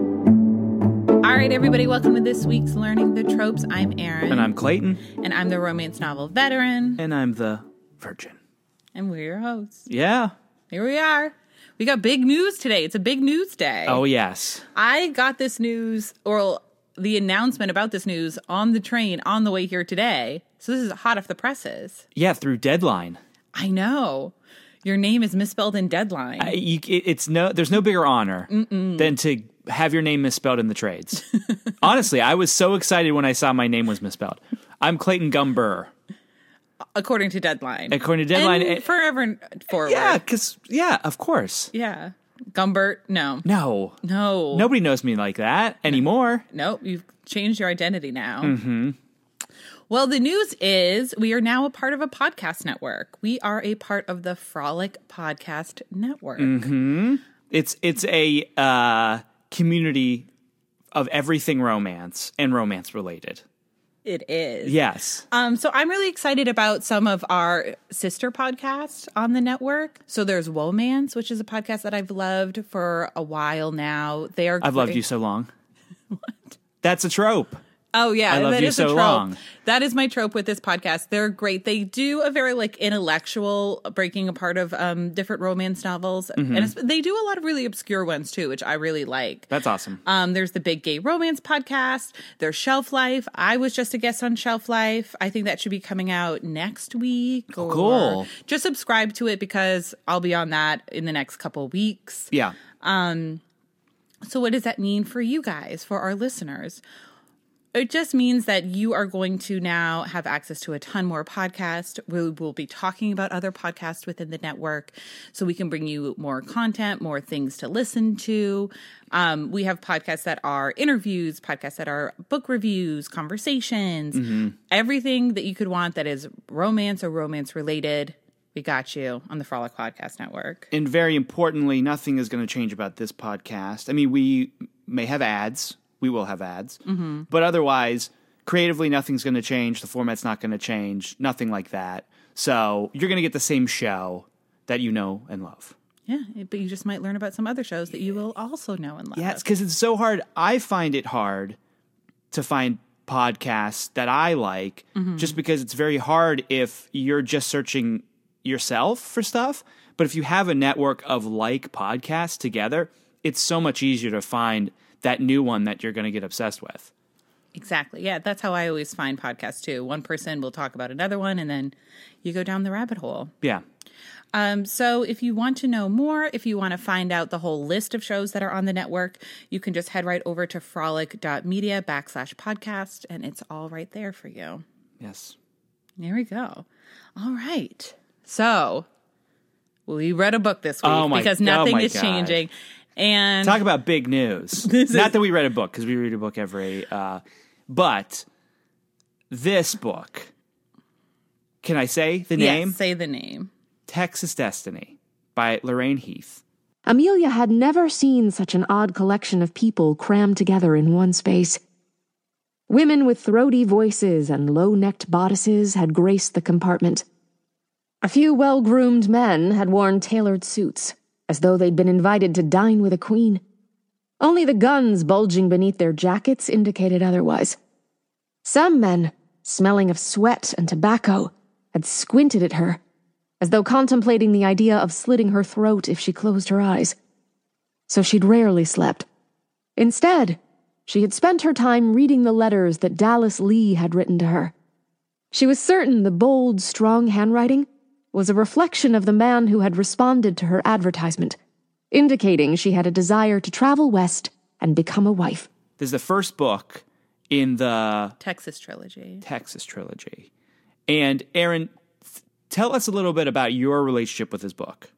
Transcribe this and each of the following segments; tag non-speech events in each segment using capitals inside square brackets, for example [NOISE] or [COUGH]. All right, everybody, welcome to this week's Learning the Tropes. I'm Erin. And I'm Clayton, and I'm the romance novel veteran, and I'm the virgin. and we're your hosts. Yeah. Here we are. We got big news today. It's a big news day. Oh, yes. I got this news or the announcement about this news on the train on the way here today. So this is hot off the presses. Yeah, through deadline. I know. Your name is misspelled in deadline. I- Uh, you- it- it's no, there's no bigger honor than to have your name misspelled in the trades. [LAUGHS] Honestly, I was so excited when I saw my name was misspelled. I'm Clayton Gumber. according to deadline. According to deadline, And it- forever forward. Yeah, because, yeah, of course. Yeah. Gumbert, no. No. No. Nobody knows me like that anymore. Nope, you've changed your identity now. Mm-hmm. Well, the news is we are now a part of a podcast network. We are a part of the Frolic Podcast Network. Mm-hmm. It's it's a uh, community of everything romance and romance related. It is. Yes. Um, so I'm really excited about some of our sister podcasts on the network. So there's Womance, which is a podcast that I've loved for a while now. They are I've loved great. you so long. [LAUGHS] what? That's a trope. Oh yeah, I Love that You is So a trope. Long. That is my trope with this podcast. They're great. They do a very like intellectual breaking apart of um different romance novels, Mm-hmm. and it's, they do a lot of really obscure ones too, which I really like. That's awesome. um, there's the Big Gay Romance podcast. There's Shelf Life. I was just a guest on Shelf Life. I think that should be coming out next week. Or Oh, cool. Just subscribe to it because I'll be on that in the next couple weeks. Yeah. So, what does that mean for you guys, for our listeners? It just means that you are going to now have access to a ton more podcasts. We will be talking about other podcasts within the network so we can bring you more content, more things to listen to. Um, we have podcasts that are interviews, podcasts that are book reviews, conversations, everything that you could want that is romance or romance related. We got you on the Frolic Podcast Network. And very importantly, nothing is going to change about this podcast. I mean, we may have ads. We will have ads. Mm-hmm. But otherwise, creatively, nothing's going to change. The format's not going to change. Nothing like that. So you're going to get the same show that you know and love. Yeah, but you just might learn about some other shows that you will also know and love. Yeah, it's because it's so hard. I find it hard to find podcasts that I like Mm-hmm. just because it's very hard if you're just searching yourself for stuff. But if you have a network of like podcasts together, it's so much easier to find that new one that you're going to get obsessed with. Exactly. Yeah, that's how I always find podcasts too. One person will talk about another one and then you go down the rabbit hole. Yeah. Um, so if you want to know more, if you want to find out the whole list of shows that are on the network, you can just head right over to frolic.media backslash podcast and it's all right there for you. Yes. There we go. All right. So we read a book this week Oh my- because oh nothing my is God. changing. And Talk about big news. [LAUGHS] Not This is- that we read a book because we read a book every, uh, but this book. Can I say the Yes, name? say the name. Texas Destiny by Lorraine Heath. Amelia had never seen such an odd collection of people crammed together in one space. Women with throaty voices and low necked bodices had graced the compartment. A few well groomed men had worn tailored suits, as though they'd been invited to dine with a queen. Only the guns bulging beneath their jackets indicated otherwise. Some men, smelling of sweat and tobacco, had squinted at her as though contemplating the idea of slitting her throat if she closed her eyes. So she'd rarely slept. Instead, she had spent her time reading the letters that Dallas Lee had written to her. She was certain the bold, strong handwriting was a reflection of the man who had responded to her advertisement, indicating she had a desire to travel west and become a wife. This is the first book in the Texas trilogy. Texas trilogy. And Aaron, th- tell us a little bit about your relationship with this book.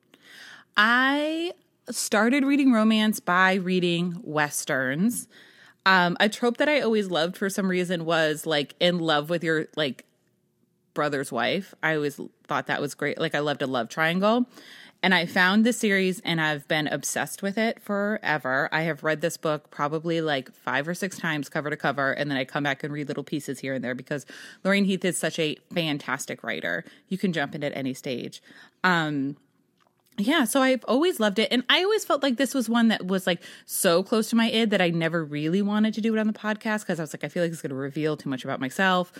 I started reading romance by reading westerns. Um, a trope that I always loved for some reason was like in love with your like brother's wife. I always thought that was great. Like I loved a love triangle. And I found the series and I've been obsessed with it forever. I have read this book probably like five or six times cover to cover. And then I come back and read little pieces here and there because Lorraine Heath is such a fantastic writer. You can jump in at any stage. Um, Yeah, so I've always loved it. And I always felt like this was one that was like so close to my id that I never really wanted to do it on the podcast because I was like, I feel like it's going to reveal too much about myself.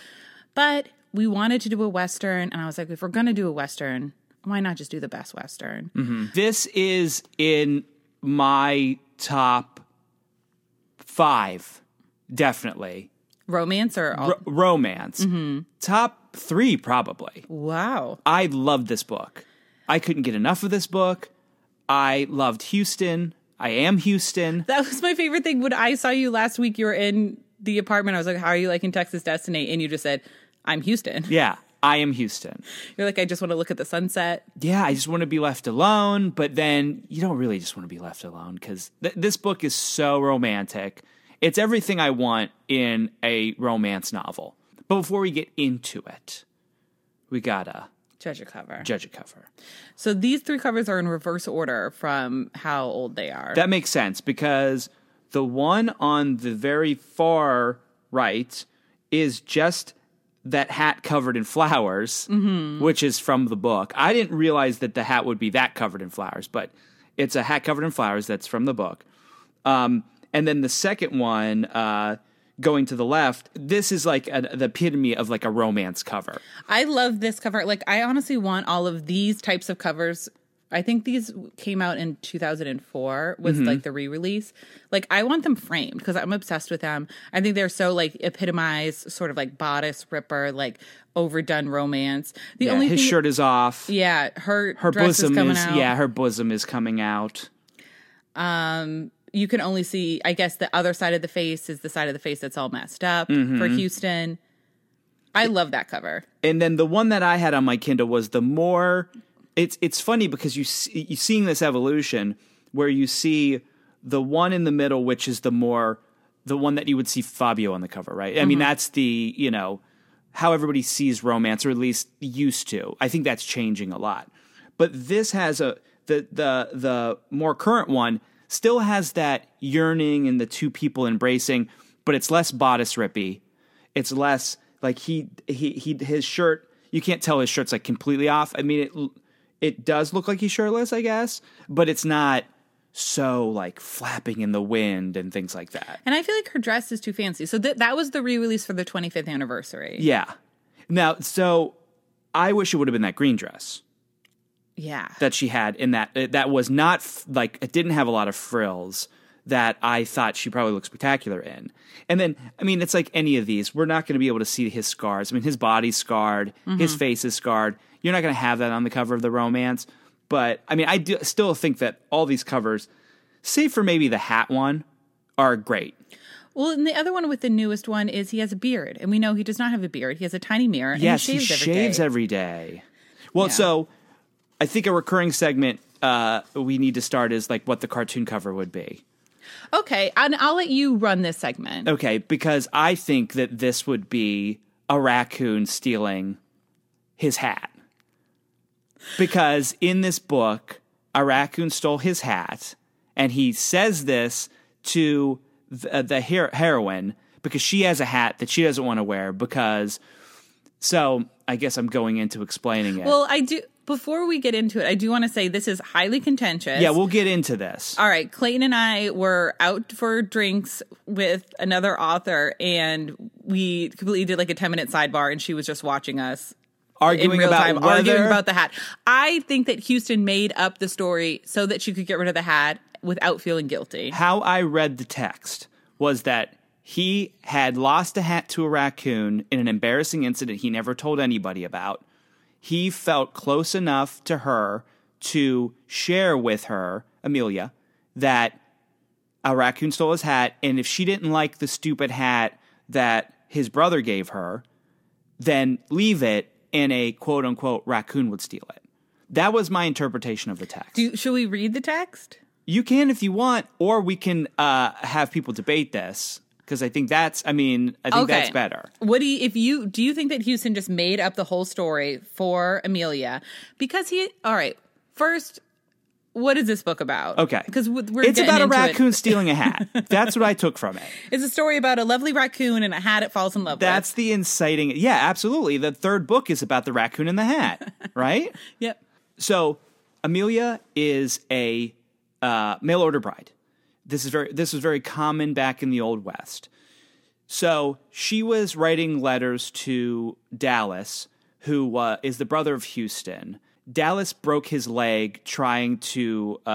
But we wanted to do a Western. And I was like, if we're going to do a Western, why not just do the best Western? This is in my top five, definitely. Romance or all? R- romance. Top three, probably. wow. I loved this book. I couldn't get enough of this book. I loved Houston. I am Houston. That was my favorite thing. When I saw you last week, you were in the apartment. I was like, how are you liking Texas Destiny? And you just said, I'm Houston. [LAUGHS] Yeah, I am Houston. You're like, I just want to look at the sunset. yeah, I just want to be left alone. But then you don't really just want to be left alone because th- this book is so romantic. It's everything I want in a romance novel. But before we get into it, we gotta Treasure cover. judge a cover. So these three covers are in reverse order from how old they are. That makes sense because the one on the very far right is just that hat covered in flowers, Mm-hmm. which is from the book. I didn't realize that the hat would be that covered in flowers, but it's a hat covered in flowers that's from the book. Um, and then the second one, uh, going to the left, this is like an, the epitome of like a romance cover. I love this cover. Like, I honestly want all of these types of covers. I think these came out in 2004 was Mm-hmm. like the re-release. Like I want them framed because I'm obsessed with them. I think they're so like epitomized sort of like bodice ripper, like overdone romance. The Yeah, only his thing, shirt is off. yeah, her her dress bosom is coming is out. yeah, her bosom is coming out. you can only see. I guess the other side of the face is the side of the face that's all messed up for Mm-hmm. Houston. I love that cover. and then the one that I had on my Kindle was the more it's it's funny because you see, you seeing this evolution where you see the one in the middle which is the more the one that you would see Fabio on the cover, right? I mean that's the, you know, how everybody sees romance or at least used to. I think that's changing a lot. But this has a the the the more current one still has that yearning and the two people embracing, but it's less bodice rippy it's less like he he he his shirt you can't tell his shirt's like completely off i mean it it does look like he's shirtless i guess but it's not so like flapping in the wind and things like that And I feel like her dress is too fancy. So th- that was the re-release for the 25th anniversary. yeah now so i wish it would have been that green dress Yeah. that she had in that uh, that was not f- like it didn't have a lot of frills that I thought she probably looked spectacular in. And then I mean it's like any of these we're not going to be able to see his scars. I mean his body's scarred, Mm-hmm. his face is scarred. You're not going to have that on the cover of the romance, but I mean I do, still think that all these covers save for maybe the hat one are great. Well, and the other one with the newest one is he has a beard, and we know he does not have a beard. He has a tiny mirror. Yes, and he he shaves shaves, every day. every day. Well, so I think a recurring segment uh, we need to start is like what the cartoon cover would be. okay, and I'll let you run this segment. Okay, because I think that this would be a raccoon stealing his hat. Because in this book, a raccoon stole his hat, and he says this to the, the her- heroine because she has a hat that she doesn't want to wear. Because, so I guess I'm going into explaining it. Well, I do. Before we get into it, I do want to say this is highly contentious. yeah, we'll get into this. All right, Clayton and I were out for drinks with another author, and we completely did like a 10 minute sidebar, and she was just watching us in arguing real about time, whether arguing about the hat. I think that Houston made up the story so that she could get rid of the hat without feeling guilty. how I read the text was that he had lost a hat to a raccoon in an embarrassing incident he never told anybody about. He felt close enough to her to share with her, Amelia, that a raccoon stole his hat, and if she didn't like the stupid hat that his brother gave her, then leave it, and a quote unquote raccoon would steal it. That was my interpretation of the text. Do, should we read the text? You can if you want, or we can uh, have people debate this because I think that's. I mean, I think that's better. What do you, if you do you think that Houston just made up the whole story for Amelia because he? All right, first, what is this book about? Okay, because we're it's getting about a into it. raccoon stealing [LAUGHS] a hat. That's what I took from it. It's a story about a lovely raccoon and a hat it falls in love That's the inciting. Yeah, absolutely. The third book is about the raccoon and the hat, right? with. Yep. So Amelia is a uh, mail order bride. This is very this was very common back in the old west. So she was writing letters to Dallas, who uh, is the brother of Houston. Dallas broke his leg trying to uh,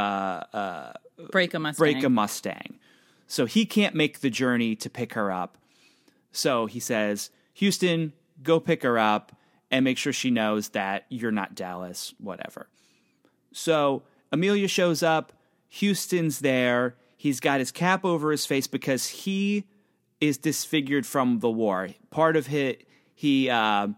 uh, Break a Mustang. break a Mustang. So he can't make the journey to pick her up. So he says, Houston, go pick her up and make sure she knows that you're not Dallas, whatever. So Amelia shows up. Houston's there. He's got his cap over his face because he is disfigured from the war. Part of his, he, um,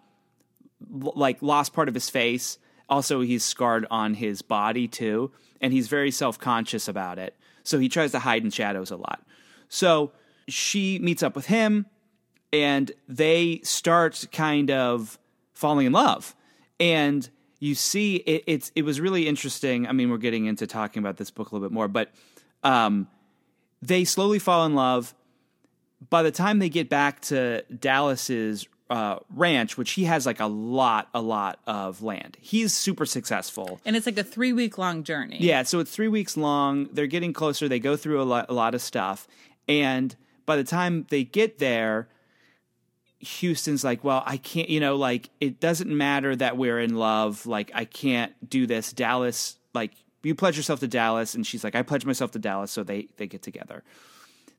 l- like lost part of his face. Also, he's scarred on his body too, and he's very self conscious about it. So he tries to hide in shadows a lot. So she meets up with him, and they start kind of falling in love. And you see, it, it's it was really interesting. I mean, we're getting into talking about this book a little bit more, but um, they slowly fall in love by the time they get back to Dallas's uh, ranch, which he has like a lot, a lot of land, he's super successful. And it's like a three week long journey. Yeah, so it's three weeks long. They're getting closer. They go through a lot, a lot of stuff, and by the time they get there, Houston's like, "Well, I can't. You know, like it doesn't matter that we're in love. Like I can't do this." Dallas, like you pledge yourself to Dallas, and she's like, "I pledge myself to Dallas." So they they get together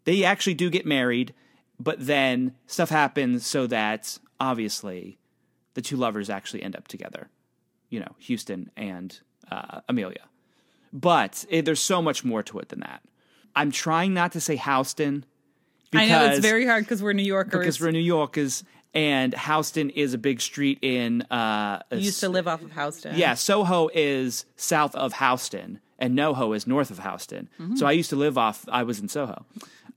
they actually do get married, but then stuff happens so that obviously the two lovers actually end up together. You know, Houston and uh, Amelia. But eh, there's so much more to it than that. I'm trying not to say Houston I know it's because- very hard because we're New Yorkers. because we're New Yorkers and Houston is a big street in uh, used to live off of Houston. yeah, Soho is south of Houston, and NoHo is north of Houston. Mm-hmm. So I used to live off. I was in Soho,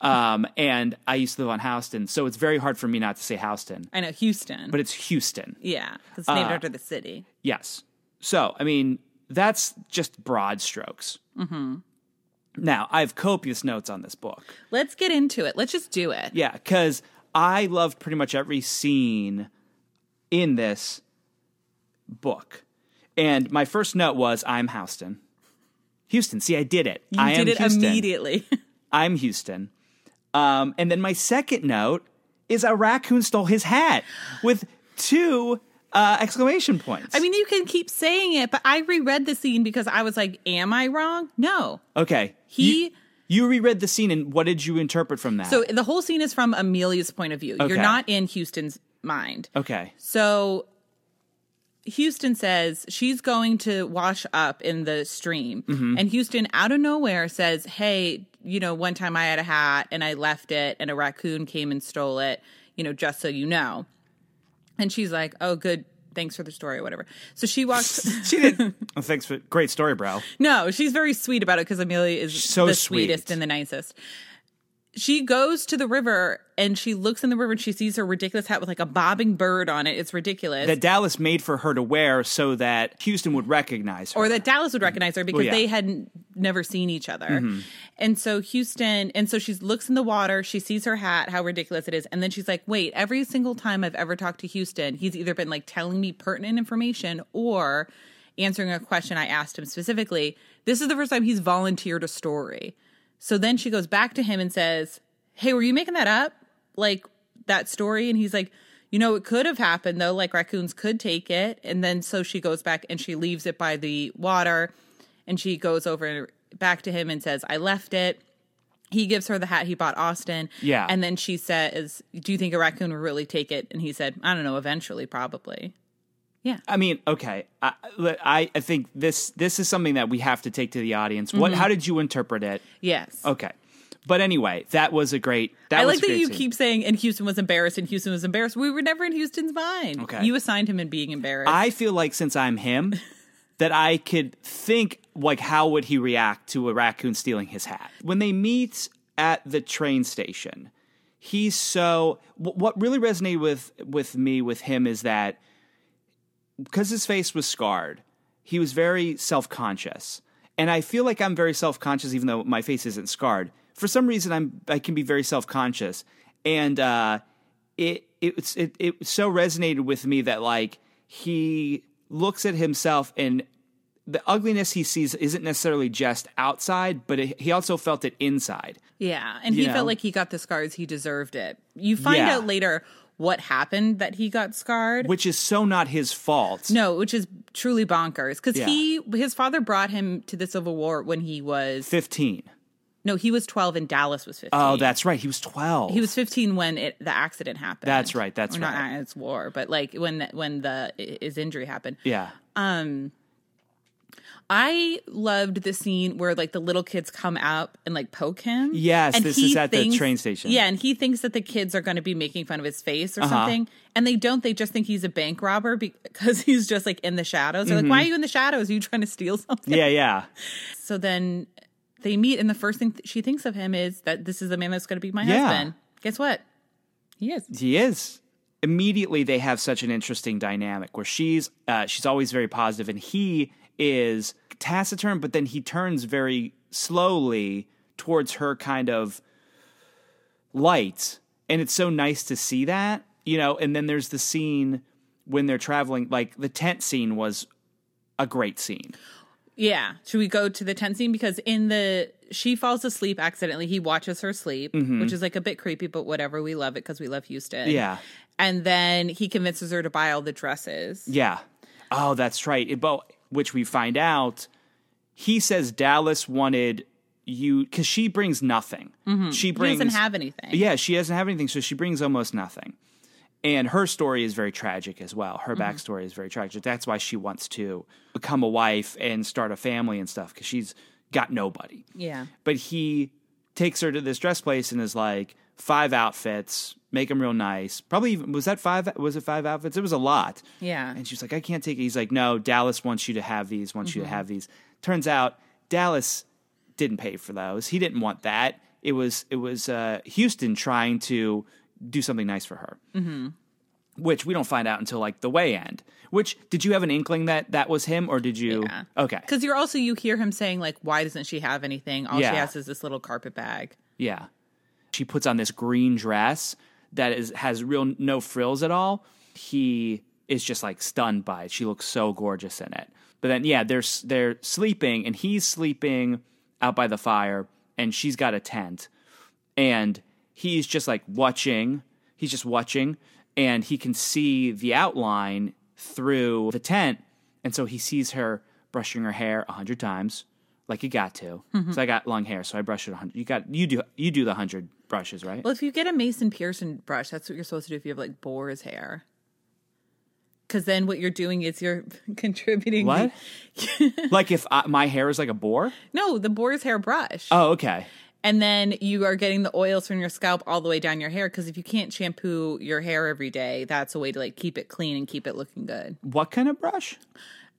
um, and I used to live on Houston. So it's very hard for me not to say Houston, I know Houston. but Uh, it's Houston. yeah, 'cause it's named after the city. Yes. So I mean, that's just broad strokes. Mm-hmm. Now I have copious notes on this book. Let's get into it. Let's just do it. Yeah, because I loved pretty much every scene in this book. And my first note was I'm Houston. Houston, see, I did it. You I did am it Houston. immediately. [LAUGHS] I'm Houston. Um, and then my second note is a raccoon stole his hat with two uh, exclamation points. I mean, you can keep saying it, but I reread the scene because I was like, am I wrong? No. okay, He- You, you reread the scene, and what did you interpret from that? So the whole scene is from Amelia's point of view. Okay. You're not in Houston's mind. okay, So Houston says she's going to wash up in the stream. Mm-hmm. And Houston, out of nowhere, says, Hey, you know, one time I had a hat and I left it and a raccoon came and stole it, you know, just so you know. And she's like, Oh, good. Thanks for the story or whatever. So she walks. [LAUGHS] [LAUGHS] she did. well, thanks for great story, bro. No, she's very sweet about it because Amelia is So the sweet. sweetest and the nicest. She goes to the river and she looks in the river and she sees her ridiculous hat with like a bobbing bird on it. It's ridiculous. that Dallas made for her to wear so that Houston would recognize her. or that Dallas would recognize her because yeah. they hadn't never seen each other. And so Houston, and so she looks in the water, she sees her hat, how ridiculous it is. And then she's like, wait, every single time I've ever talked to Houston, he's either been like telling me pertinent information or answering a question I asked him specifically. This is the first time he's volunteered a story. So then she goes back to him and says, hey, were you making that up? Like that story? And he's like, you know, it could have happened though. Like raccoons could take it. And then so she goes back and she leaves it by the water and she goes over back to him and says, I left it. He gives her the hat he bought Austin. Yeah. And then she says, Do you think a raccoon will really take it? And he said, I don't know, eventually, probably. I mean, okay, I, I I think this this is something that we have to take to the audience. What? Mm-hmm. How did you interpret it? Yes. Okay, but anyway, that was a great. Oh, That I was like a that great you scene. keep saying, and Houston was embarrassed, and Houston was embarrassed. We were never in Houston's mind. Okay. You assigned him in being embarrassed. I feel like since I'm him, that I could think like how would he react to a raccoon stealing his hat when they meet at the train station. He's so wh- what really resonated with with me with him is that because his face was scarred, he was very self conscious, and I feel like I'm very self conscious even though my face isn't scarred. For some reason, I'm I can be very self conscious, and uh, it it it it so resonated with me that like he looks at himself and the ugliness he sees isn't necessarily just outside, but it, he also felt it inside. Yeah, and You he know? felt like he got the scars. He deserved it. You find Yeah. out later what happened that he got scarred. which is so not his fault. no, which is truly bonkers because Yeah. he his father brought him to the Civil War when he was 15. no he was twelve and Dallas was fifteen. Oh, that's right. He was 12. he was fifteen when it, the accident happened. That's right, that's Or right. Not his war, but like when the, when the his injury happened. Yeah. Um, I loved the scene where like the little kids come up and like poke him. Yes, and this he is at the train station. Uh-huh. Yeah, and he thinks that the kids are going to be making fun of his face or something, and they don't. They just think he's a bank robber because [LAUGHS] he's just like in the shadows. Mm-hmm. They're like, "Why are you in the shadows? Are you trying to steal something?" Yeah, yeah. So then they meet, and the first thing th- she thinks of him is that this is the man that's going to be my Yeah. husband. Guess what? He is. He is. Immediately they have such an interesting dynamic where she's uh, she's always very positive and he is taciturn but then he turns very slowly towards her kind of light and it's so nice to see that you know and then there's the scene when they're traveling like the tent scene was a great scene Yeah. Should we go to the tent scene? Because in the she falls asleep accidentally. He watches her sleep, which is like a bit creepy, but whatever. We love it because we love Houston. Mm-hmm. Yeah. And then he convinces her to buy all the dresses. Yeah. Oh, that's right. It, but which we find out, he says Dallas wanted you because she brings nothing. She Mm-hmm. He brings doesn't have anything. yeah, she doesn't have anything, so she brings almost nothing. And her story is very tragic as well. Mm-hmm. Her backstory is very tragic. That's why she wants to become a wife and start a family and stuff because she's got nobody. Yeah. But he takes her to this dress place and is like, five outfits, make them real nice. Probably even, was that five? Was it five outfits? It was a lot. Yeah. And she's like, I can't take it. He's like, No, Dallas wants you to have these, wants Mm-hmm. you to have these. Turns out Dallas didn't pay for those. He didn't want that. It was it was uh, Houston trying to do something nice for her, mm-hmm. which we don't find out until like the way end. Which did you have an inkling that that was him, or did you? Yeah. Okay, Because you're also you hear him saying like, "Why doesn't she have anything? All Yeah. she has is this little carpet bag." Yeah. She puts on this green dress that is has real no frills at all. He is just like stunned by it. She looks so gorgeous in it. But then yeah, they're s- they're sleeping and he's sleeping out by the fire and she's got a tent. And he's just like watching. He's just watching and he can see the outline through the tent. And so he sees her brushing her hair a hundred times like you got to. So I got long hair, so I brush it a hundred. You got you do you do the hundred brushes, right? [LAUGHS] Well, if you get a Mason Pearson brush, that's what you're supposed to do if you have like boar's hair. Because then what you're doing is you're [LAUGHS] contributing. What? like if I, my hair is like a boar? No, the boar's hair brush. Oh, okay. And then you are getting the oils from your scalp all the way down your hair because if you can't shampoo your hair every day, that's a way to like keep it clean and keep it looking good. What kind of brush?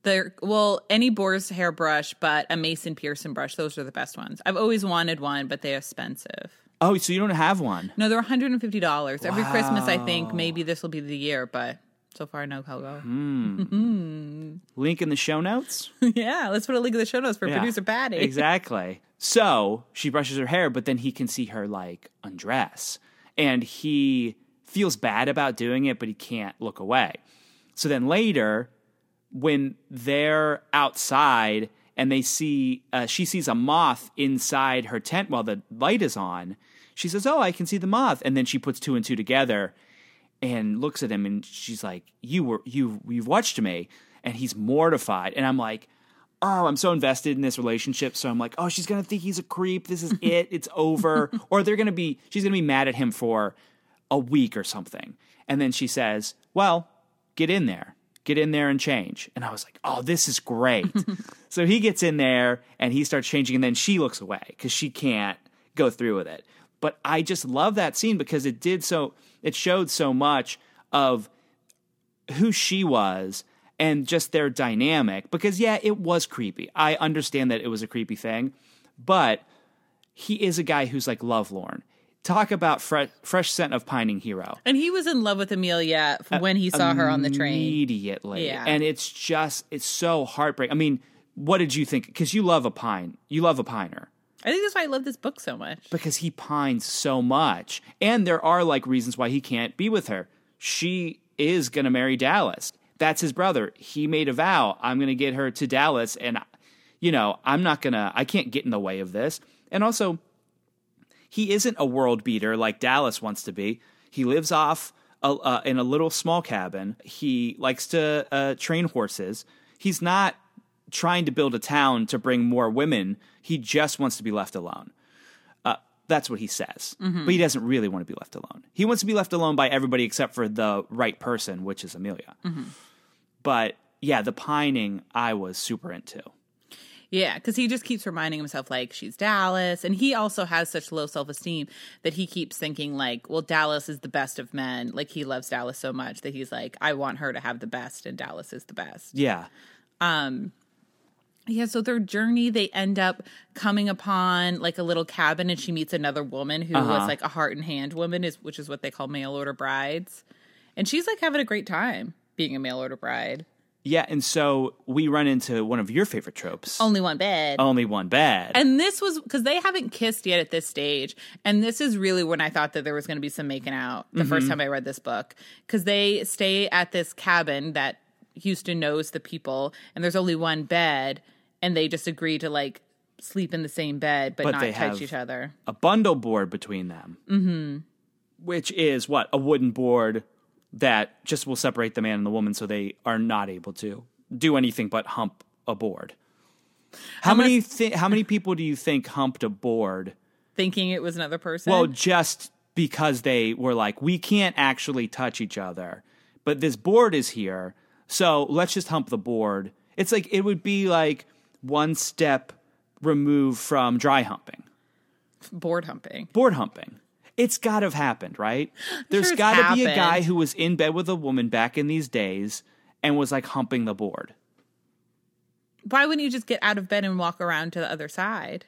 There, well, any Boar's hair brush, but a Mason Pearson brush, those are the best ones. I've always wanted one, but they're expensive. Oh, so you don't have one? No, they're $150 every Christmas. I think maybe this will be the year, but so far no Helgo. Link in the show notes. yeah, let's put a link in the show notes for Yeah. producer Patty. [LAUGHS] Exactly. So she brushes her hair, but then he can see her like undress. And he feels bad about doing it, but he can't look away. So then later, when they're outside and they see, uh, she sees a moth inside her tent while the light is on, she says, Oh, I can see the moth. And then she puts two and two together and looks at him and she's like you were you you've watched me and he's mortified and i'm like oh i'm so invested in this relationship so i'm like oh she's gonna think he's a creep this is it it's over or they're gonna be she's gonna be mad at him for a week or something and then she says well get in there get in there and change and i was like oh this is great so he gets in there and he starts changing and then she looks away because she can't go through with it but i just love that scene because it did so it showed so much of who she was and just their dynamic because yeah it was creepy i understand that it was a creepy thing but he is a guy who's like lovelorn talk about fresh, fresh scent of pining hero And he was in love with Amelia f- when he saw her on the train. immediately. Yeah. And it's just it's so heartbreaking. I mean, what did you think? Because you love a pine, you love a piner I think that's why I love this book so much. because he pines so much, and there are like reasons why he can't be with her. She is gonna marry Dallas. That's his brother. He made a vow. I'm going to get her to Dallas, and you know I'm not gonna. I can't get in the way of this. And also, he isn't a world beater like Dallas wants to be. He lives off a, uh, in a little small cabin. He likes to uh, train horses. He's not trying to build a town to bring more women. He just wants to be left alone. Uh, that's what he says. But he doesn't really want to be left alone. He wants to be left alone by everybody except for the right person, which is Amelia. But yeah, the pining I was super into. Yeah, because he just keeps reminding himself, like, she's Dallas. And he also has such low self esteem that he keeps thinking, like, well, Dallas is the best of men. Like, he loves Dallas so much that he's like, I want her to have the best, and Dallas is the best. Yeah. Yeah, so their journey, they end up coming upon like a little cabin, and she meets another woman who was like a heart and hand woman, is which is what they call mail order brides, and she's like having a great time being a mail order bride. Yeah. And so we run into one of your favorite tropes Only one bed. only one bed. And this was because they haven't kissed yet at this stage. And this is really when I thought that there was going to be some making out the Mm-hmm. first time I read this book. Because they stay at this cabin that Houston knows the people, and there's only one bed, and they just agree to like sleep in the same bed, but, But not they touch have- each other. a bundle board between them, mm-hmm. which is what a wooden board that just will separate the man and the woman, so they are not able to do anything but hump a board. How many thi- how many people do you think humped a board? Thinking it was another person. Well, just because they were like, we can't actually touch each other, but this board is here, so let's just hump the board. It's like it would be like one step removed from dry humping. board humping. board humping. It's got to have happened, right? There's sure it's got to be a happened. guy who was in bed with a woman back in these days and was like humping the board. Why wouldn't you just get out of bed and walk around to the other side?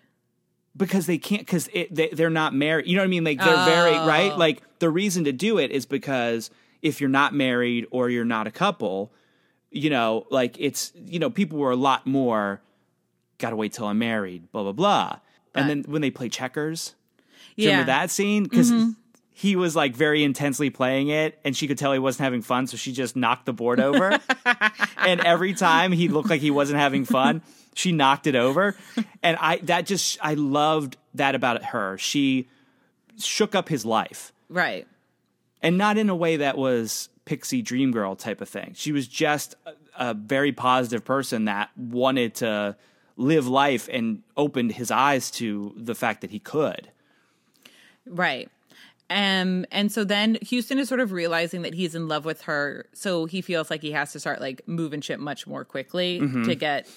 because they can't because they, they're not married you know what i mean like they're very right like the reason to do it is because if you're not married or you're not a couple you know like it's you know people were a lot more gotta wait till i'm married blah blah blah and then when they play checkers do you remember Yeah. Mm-hmm. that scene because he was like very intensely playing it and she could tell he wasn't having fun so she just knocked the [LAUGHS] board over and every time he looked like he wasn't having fun, she knocked it over. And I that just I loved that about her. She shook up his life. Right. And not in a way that was pixie dream girl type of thing. She was just a, a very positive person that wanted to live life and opened his eyes to the fact that he could. Right. Um, and so then Houston is sort of realizing that he's in love with her, so he feels like he has to start like moving shit much more quickly Mm-hmm. to get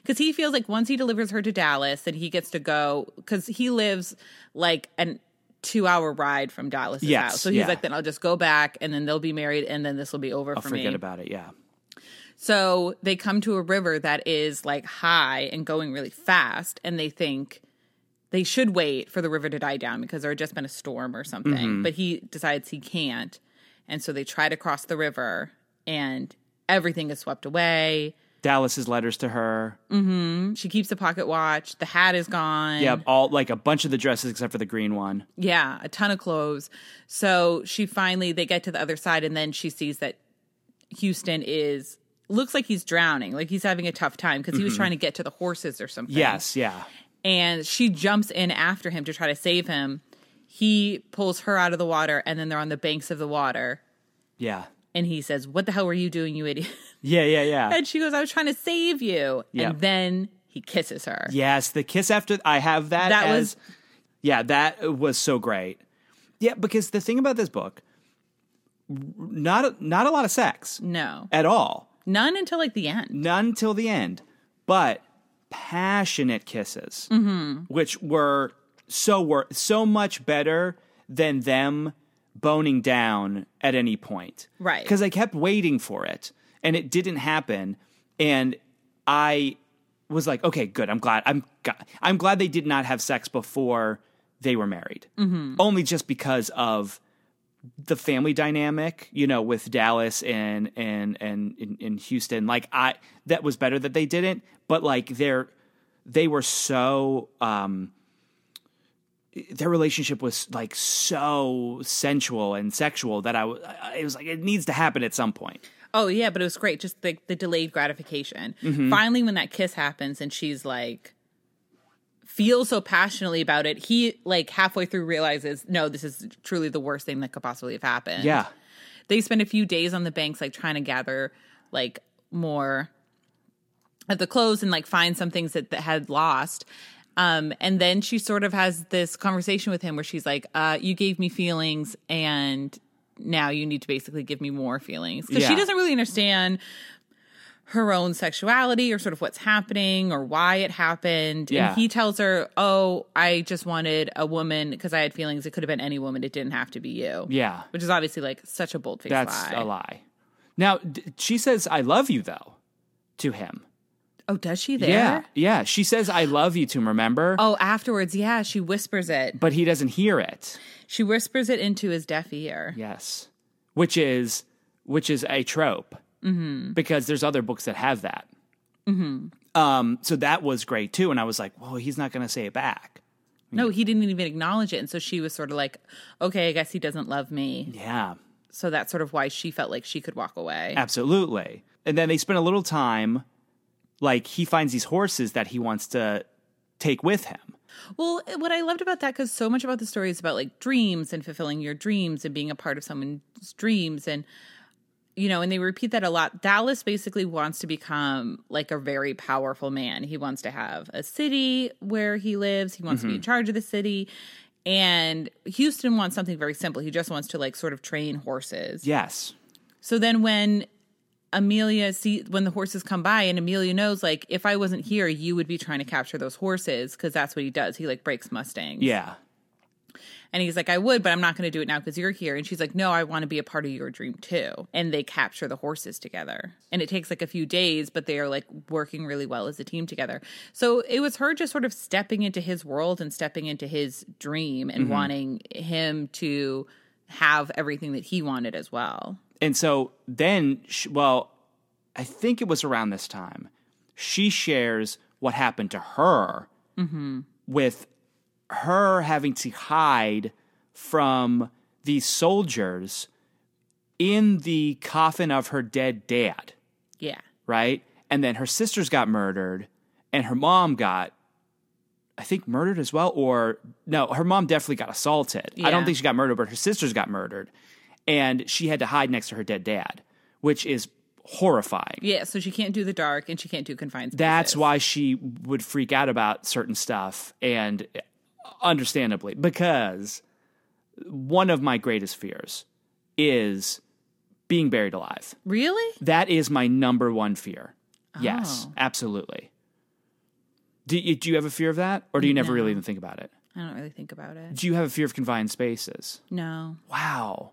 because he feels like once he delivers her to Dallas, then he gets to go because he lives like an two hour ride from Dallas' Yes, house. So he's yeah. like, then I'll just go back and then they'll be married and then this will be over for Forget me. about it, yeah. So they come to a river that is like high and going really fast, and they think they should wait for the river to die down because there had just been a storm or something. But he decides he can't. And so they try to cross the river, and everything is swept away. Dallas's letters to her. Mm-hmm. She keeps the pocket watch, the hat is gone. Yeah, all like a bunch of the dresses except for the green one. Yeah, a ton of clothes. So she finally they get to the other side and then she sees that Houston is looks like he's drowning, like he's having a tough time because he was trying to get to the horses or something. Yes, yeah. And she jumps in after him to try to save him. He pulls her out of the water and then they're on the banks of the water Yeah. and he says, "What the hell were you doing, you idiot?" [LAUGHS] Yeah, yeah, yeah. And she goes, "I was trying to save you." Yeah. And then he kisses her. Yes, the kiss after I have that. That was- as- yeah, that was so great. Yeah, because the thing about this book, not not a lot of sex No. at all, None until like the end. none till the end, but passionate kisses, which were so were so much better than them boning down at any point, Right. Because I kept waiting for it, and it didn't happen, and I was like, okay, good. I'm glad. I'm gl- I'm glad they did not have sex before they were married. Only just because of the family dynamic, you know, with Dallas and and and in, in Houston. Like I, that was better that they didn't. But like they're they were so um their relationship was like so sensual and sexual that I, w- I- it was like it needs to happen at some point. Oh yeah, but it was great. Just the the delayed gratification. Mm-hmm. Finally, when that kiss happens, and she's like, feels so passionately about it. He like halfway through realizes, no, this is truly the worst thing that could possibly have happened. Yeah. they spend a few days on the banks, like trying to gather like more of the clothes and like find some things that, that had lost. Um, and then she sort of has this conversation with him where she's like, uh, "You gave me feelings, and now you need to basically give me more feelings." Because Yeah. she doesn't really understand her own sexuality or sort of what's happening or why it happened. Yeah. And he tells her, "Oh, I just wanted a woman because I had feelings. It could have been any woman. It didn't have to be you." Yeah. which is obviously like such a bold faced That's lie. a lie. Now, d- she says, I love you, though, to him. Oh, does she there? Yeah. Yeah. She says, I love you to him, remember? Oh, afterwards, yeah, she whispers it. But he doesn't hear it. She whispers it into his deaf ear. Yes. Which is which is a trope. Mm-hmm. Because there's other books that have that. Mm-hmm. Um, so that was great too. And I was like, well, he's not gonna say it back. No, he didn't even acknowledge it. And so she was sort of like, okay, I guess he doesn't love me. Yeah. So that's sort of why she felt like she could walk away. Absolutely. And then they spend a little time, like he finds these horses that he wants to take with him. Well, eh, what I loved about that, because so much about the story is about like dreams and fulfilling your dreams and being a part of someone's dreams. And, you know, and they repeat that a lot. Dallas basically wants to become like a very powerful man. He wants to have a city where he lives, he wants to be in charge of the city. And Houston wants something very simple. He just wants to like sort of train horses. Yes. So then when Amelia see when the horses come by and Amelia knows like if I wasn't here you would be trying to capture those horses cuz that's what he does. He like breaks mustangs. Yeah. And he's like I would but I'm not going to do it now cuz you're here and she's like no I want to be a part of your dream too. And they capture the horses together. And it takes like a few days but they are like working really well as a team together. So it was her just sort of stepping into his world and stepping into his dream and wanting him to have everything that he wanted as well. And so then, sh well, I think it was around this time, she shares what happened to her with her having to hide from these soldiers in the coffin of her dead dad, Yeah. right? And then her sisters got murdered, and her mom got. I think murdered as well, or no, her mom definitely got assaulted. I don't Yeah. think she got murdered, but her sisters got murdered. And she had to hide next to her dead dad, which is horrifying. Yeah, so she can't do the dark and she can't do confined spaces. That's why she would freak out about certain stuff, and understandably, because one of my greatest fears is being buried alive. Really? That is my number one fear. Yes, Oh. absolutely. Do you, do you have a fear of that, or do you never really even think about it? I don't really think about it. Do you have a fear of confined spaces? No. Wow.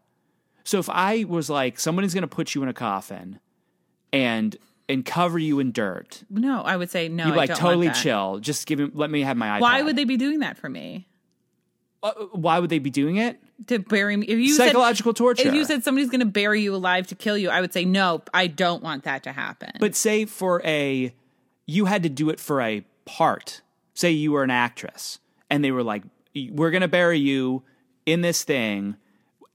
So if I was like, someone is going to put you in a coffin, and and cover you in dirt, No, I would say no. you I like don't totally want that. chill. Just give him. Let me have my iPad. Why would they be doing that for me? Uh, Why would they be doing it? To bury me? If you Psychological torture. said, If you said somebody's going to bury you alive to kill you, I would say no. I don't want that to happen. but say for a, you had to do it for a part. Say you were an actress, and they were like, "We're gonna bury you in this thing.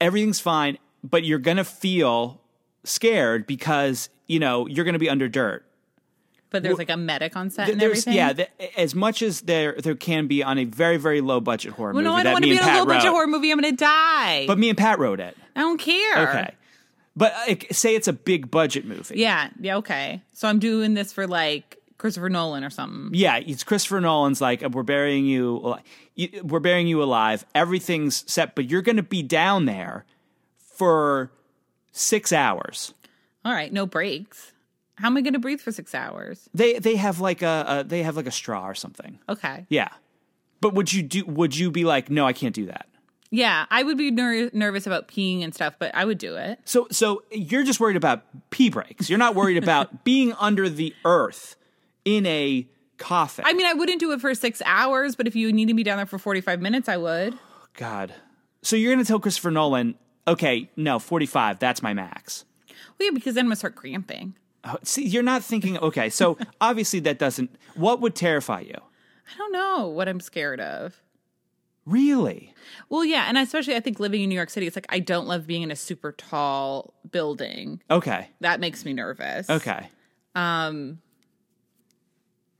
Everything's fine, but you're gonna feel scared because you know you're gonna be under dirt." but there's like a medic on set and There's everything. yeah, the, as much as there there can be on a very very low budget horror well, movie no, I that don't want to me be in and a Pat whole bunch of wrote- horror movie. I'm going to die. But me and Pat wrote it. I don't care. Okay. But uh, say it's a big budget movie. Yeah. Yeah. Okay. So I'm doing this for like Christopher Nolan or something. Yeah, it's Christopher Nolan's like we're burying you, al- you- we're burying you alive. Everything's set, but you're going to be down there for six hours. All right. No breaks. How am I going to breathe for six hours? They they have like a, a they have like a straw or something. Okay. Yeah, but would you do? Would you be like, no, I can't do that? Yeah, I would be ner- nervous about peeing and stuff, but I would do it. So so you're just worried about pee breaks. You're not worried about being under the earth in a coffin. I mean, I wouldn't do it for six hours, but if you needed me down there for 45 minutes, I would. God. So you're going to tell Christopher Nolan, okay, no, 45, that's my max. Well, yeah, because then I'm going to start cramping. Oh, see, you're not thinking, okay, so obviously that doesn't, what would terrify you? I don't know what I'm scared of. Really? Well, yeah, and especially I think living in New York City, it's like I don't love being in a super tall building. Okay. That makes me nervous. Okay. Um,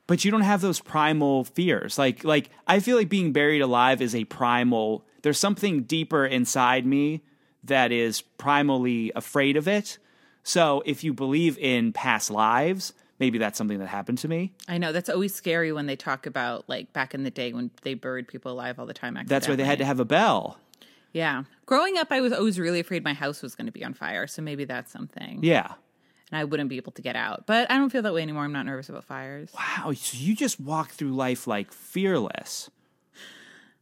But you don't have those primal fears. Like like I feel like being buried alive is a primal there's something deeper inside me that is primally afraid of it. So if you believe in past lives, maybe that's something that happened to me. I know that's always scary when they talk about like back in the day when they buried people alive all the time. That's why they had to accidentally. have a bell. Yeah, growing up, I was always really afraid my house was going to be on fire, so maybe that's something. Yeah. and I wouldn't be able to get out. But I don't feel that way anymore. I'm not nervous about fires. Wow, so you just walk through life like fearless.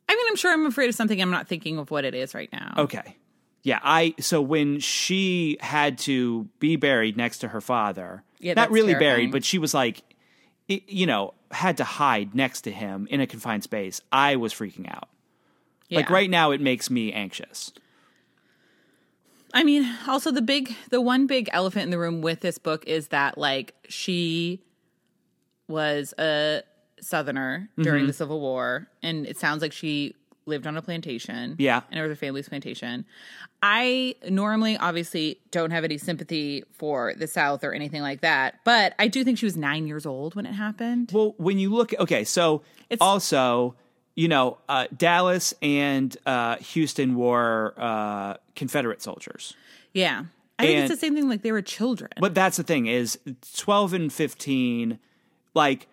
I mean, I'm sure I'm afraid of something. I'm not thinking of what it is right now. Okay. Yeah, I so when she had to be buried next to her father, Yeah, not that's really terrifying. buried, but she was like, i you know, had to hide next to him in a confined space. I was freaking out. Like Yeah. right now, it makes me anxious. I mean, also the big, the one big elephant in the room with this book is that like she was a Southerner during Mm-hmm. the Civil War, and it sounds like she lived on a plantation. Yeah. and it was her family's plantation. I normally, obviously, don't have any sympathy for the South or anything like that, but I do think she was nine years old when it happened. Well, when you look, okay, so It's- also, you know, uh, Dallas and uh, Houston were uh, Confederate soldiers. Yeah. I think it's And- the same thing like they were children. But that's the thing is 12 and 15 like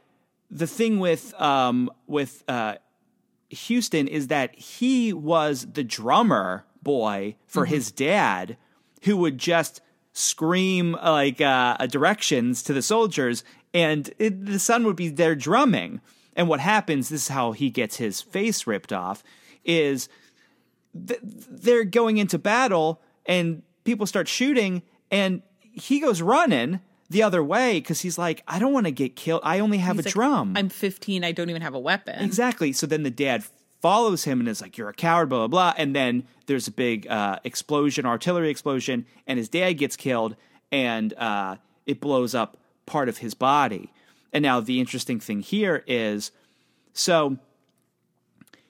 the thing with um with uh Houston is that he was the drummer boy for his Mm-hmm. dad who would just scream like uh directions to the soldiers and it, the son would be there drumming and what happens this is how he gets his face ripped off is they're going into battle and people start shooting and he goes running the other way because he's like i don't want to get killed i only have He's a like, drum I'm 15. I don't even have a weapon. exactly so then the dad follows him and is like you're a coward blah blah blah and then there's a big uh, explosion artillery explosion and his dad gets killed and uh, it blows up part of his body and now the interesting thing here is so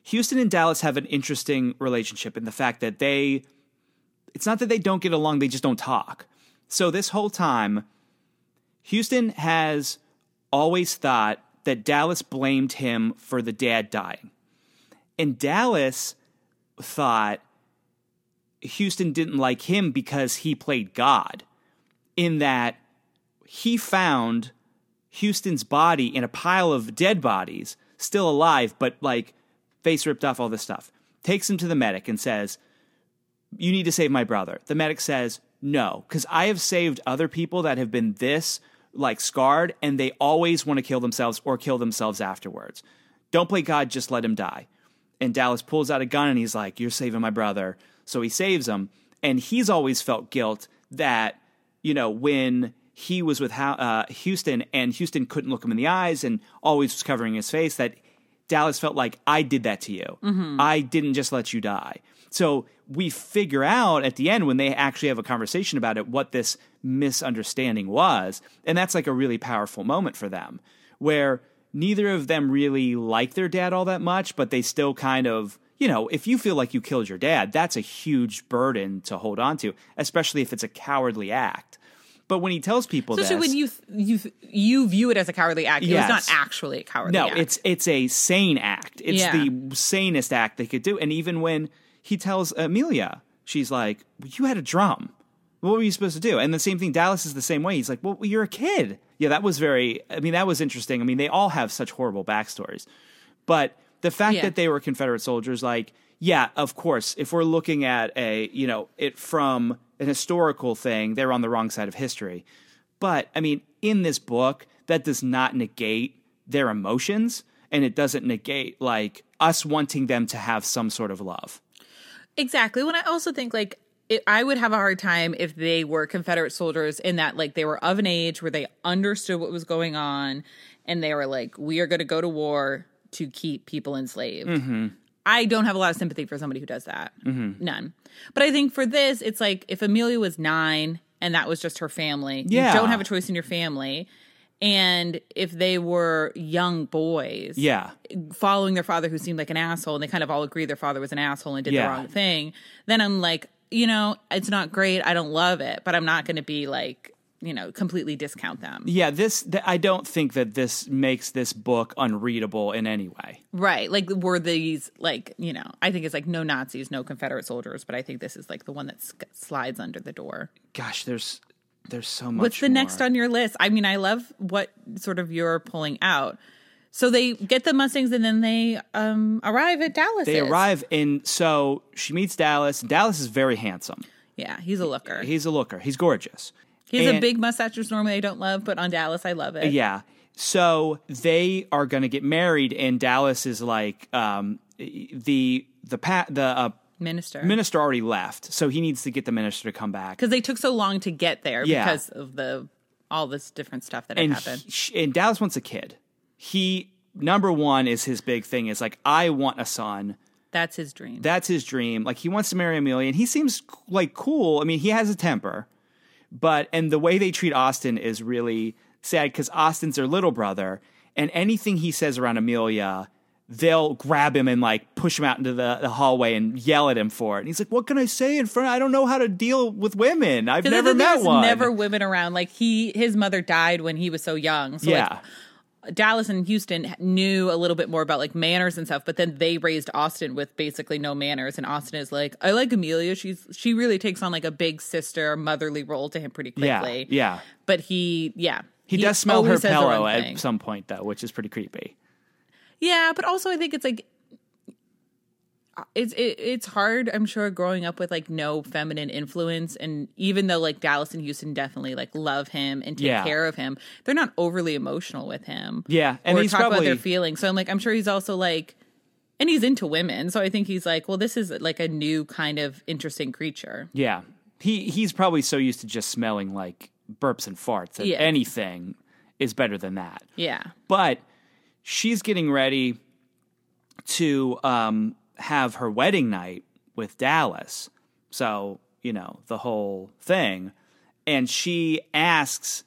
Houston and Dallas have an interesting relationship in the fact that they it's not that they don't get along, they just don't talk. So this whole time Houston has always thought that Dallas blamed him for the dad dying. And Dallas thought Houston didn't like him because he played God in that he found Houston's body in a pile of dead bodies, still alive, but like face ripped off, all this stuff. Takes him to the medic and says, You need to save my brother. The medic says, No, because I have saved other people that have been this like scarred and they always want to kill themselves or kill themselves afterwards. Don't play God, just let him die. And Dallas pulls out a gun and he's like, You're saving my brother. So he saves him. And he's always felt guilt that you know, when he was with Ho- uh, Houston and Houston couldn't look him in the eyes and always was covering his face, that Dallas felt like, I did that to you. Mm-hmm. I didn't just let you die. So we figure out at the end when they actually have a conversation about it what this misunderstanding was. And that's like a really powerful moment for them where neither of them really like their dad all that much, but they still kind of, you know, if you feel like you killed your dad, that's a huge burden to hold on to, especially if it's a cowardly act. But when he tells people Especially this, when you you you view it as a cowardly act. It was Yes. not actually a cowardly no, act. it's it's a sane act. It's Yeah. the sanest act they could do. And even when he tells Amelia, she's like, "You had a drum. What were you supposed to do?" And the same thing. Dallas is the same way. He's like, "Well, you're a kid." Yeah, that was very. I mean, that was interesting. I mean, they all have such horrible backstories, but the fact Yeah. that they were Confederate soldiers, like, yeah, of course. If we're looking at a, you know, it from an historical thing, they're on the wrong side of history. But I mean, in this book, that does not negate their emotions and it doesn't negate like us wanting them to have some sort of love. exactly. When I also think like it, I would have a hard time if they were Confederate soldiers in that like they were of an age where they understood what was going on, and they were like, "We are going to go to war to keep people enslaved." I don't have a lot of sympathy for somebody who does that. None. But I think for this, it's like if Amelia was nine and that was just her family, Yeah. you don't have a choice in your family. And if they were young boys, Yeah. following their father who seemed like an asshole and they kind of all agree their father was an asshole and did Yeah. the wrong thing, then I'm like, you know, it's not great. I don't love it, but I'm not going to be like, you know, completely discount them. Yeah, this th- I don't think that this makes this book unreadable in any way. Right. Like, were these, like, you know, I think it's like no Nazis, no Confederate soldiers, but I think this is like the one that sk- slides under the door. Gosh, there's there's so much. What's the next more. on your list? I mean, I love what sort of you're pulling out. So they get the Mustangs and then they um, arrive at Dallas. They arrive and so she meets Dallas. Dallas is very handsome. Yeah, he's a looker. He's a looker. He's gorgeous. He's a And- big mustache, which normally I don't love, but on Dallas, I love it. Yeah. So they are going to get married, and Dallas is like um, the the pa- the uh, Minister. minister already left, so he needs to get the minister to come back. because they took so long to get there Yeah. because of the all this different stuff that had and happened. he- sh- and Dallas wants a kid. He number one is his big thing is like I want a son. That's his dream. That's his dream. Like he wants to marry Amelia, and he seems c- like cool. I mean, he has a temper, but and the way they treat Austin is really sad because Austin's their little brother, and anything he says around Amelia. They'll grab him and like push him out into the, the hallway and yell at him for it. And he's like, "What can I say in front? I don't know how to deal with women. I've 'Cause I never think met there's one. Never women around. Like he, his mother died when he was so young. So yeah, like Dallas and Houston knew a little bit more about like manners and stuff, but then they raised Austin with basically no manners. And Austin is like, I like Amelia. She's she really takes on like a big sister motherly role to him pretty quickly. yeah, yeah." But he, yeah, He, does smell her always says the pillow wrong at thing. some point, though, which is pretty creepy. Yeah, but also I think it's like it's it, it's hard. I'm sure growing up with like no feminine influence, and even though like Dallas and Houston definitely like love him and take Yeah. care of him, they're not overly emotional with him. Yeah, and or he's talk about probably- their feelings. So I'm like, I'm sure he's also like. And he's into women, so I think he's like, well, this is like a new kind of interesting creature. Yeah, he he's probably so used to just smelling like burps and farts that Yeah. anything is better than that. Yeah, But she's getting ready to um, have her wedding night with Dallas, so you know the whole thing, and she asks.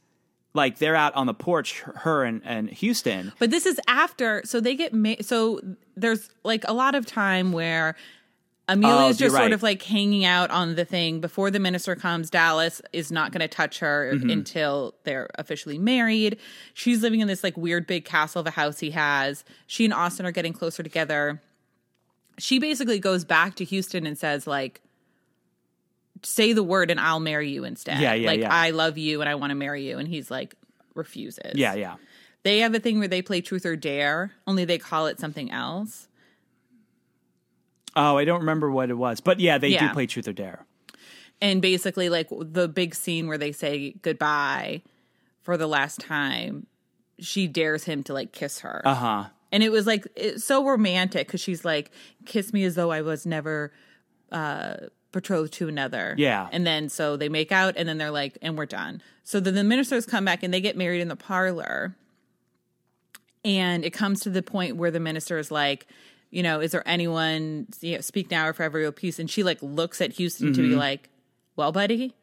Like they're out on the porch, her and, and Houston. But this is after, so they get ma- so there's like a lot of time where Oh, Amelia's you're just right. sort of like hanging out on the thing before the minister comes. Dallas is not going to touch her Mm-hmm. until they're officially married. She's living in this like weird big castle of a house he has. She and Austin are getting closer together. She basically goes back to Houston and says like say the word and I'll marry you instead. Yeah, yeah, like yeah. I love you and I want to marry you and he's like refuses. Yeah, yeah. They have a thing where they play truth or dare, only they call it something else. Oh, I don't remember what it was, but yeah, they do Yeah. play truth or dare. And basically, like the big scene where they say goodbye for the last time, she dares him to like kiss her. Uh huh. And it was like it's so romantic because she's like, kiss me as though I was never uh, betrothed to another. Yeah. And then so they make out and then they're like, and we're done. So then the ministers come back and they get married in the parlor. And it comes to the point where the minister is like, you know, is there anyone, you know, speak now or forever your peace? And she like looks at Houston to Mm-hmm. be like, well, buddy,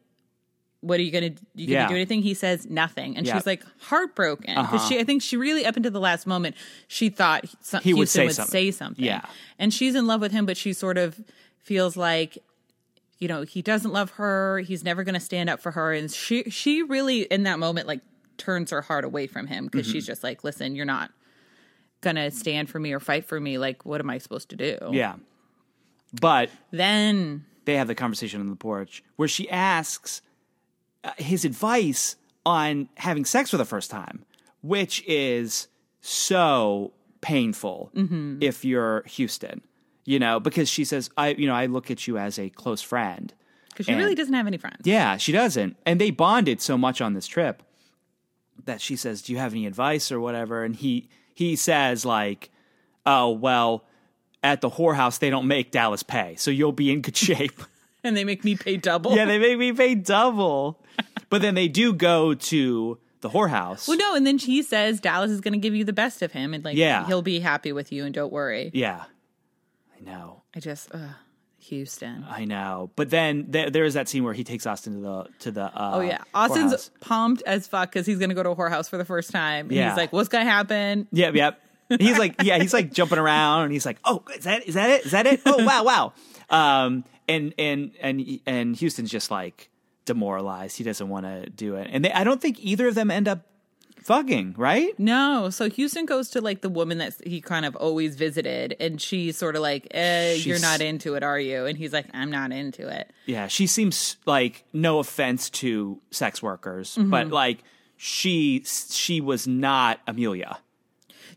what are you gonna do? You Yeah. gonna do anything? He says nothing, and Yeah. Uh-huh. she's like heartbroken because she. I think she really up until the last moment she thought he, some, He would Houston say would something. say something. Yeah. and she's in love with him, but she sort of feels like you know he doesn't love her. He's never gonna stand up for her, and she she really in that moment like turns her heart away from him because she's Mm-hmm. just like, listen, you're not gonna stand for me or fight for me. Like, what am I supposed to do? Yeah. But Then they have the conversation on the porch where she asks uh, his advice on having sex for the first time, which is so painful if you're Houston, you know, because she says, I, you know, I look at you as a close friend. because she And- really doesn't have any friends. Yeah, she doesn't. And they bonded so much on this trip that she says, "Do you have any advice or whatever?" And he he says like, "Oh, well, at the whorehouse they don't make Dallas pay, so you'll be in good [LAUGHS] shape." and they make me pay double. [LAUGHS] yeah, they make me pay double. But then they do go to the whorehouse. Well, no, and then she says Dallas is going to give you the best of him, and like, Yeah. he'll be happy with you, and don't worry. Yeah, I know. I just, ugh. Houston. I know. But then there, there is that scene where he takes Austin to the to the. Uh, Oh yeah, Austin's whorehouse. pumped as fuck because he's gonna go to a whorehouse for the first time. And Yeah. he's like, "What's gonna happen?" Yep, yep. He's like, yeah, he's like jumping around, and he's like, oh, is that is that it? Is that it? Oh, wow, wow. Um, and and and and Houston's just like demoralized. He doesn't want to do it, and they, I don't think either of them end up fucking, right? No, so Houston goes to like the woman that he kind of always visited, and she's sort of like, eh, "You're She's- not into it, are you?" And he's like, "I'm not into it." Yeah, she seems like no offense to sex workers, Mm-hmm. but like she she was not Amelia.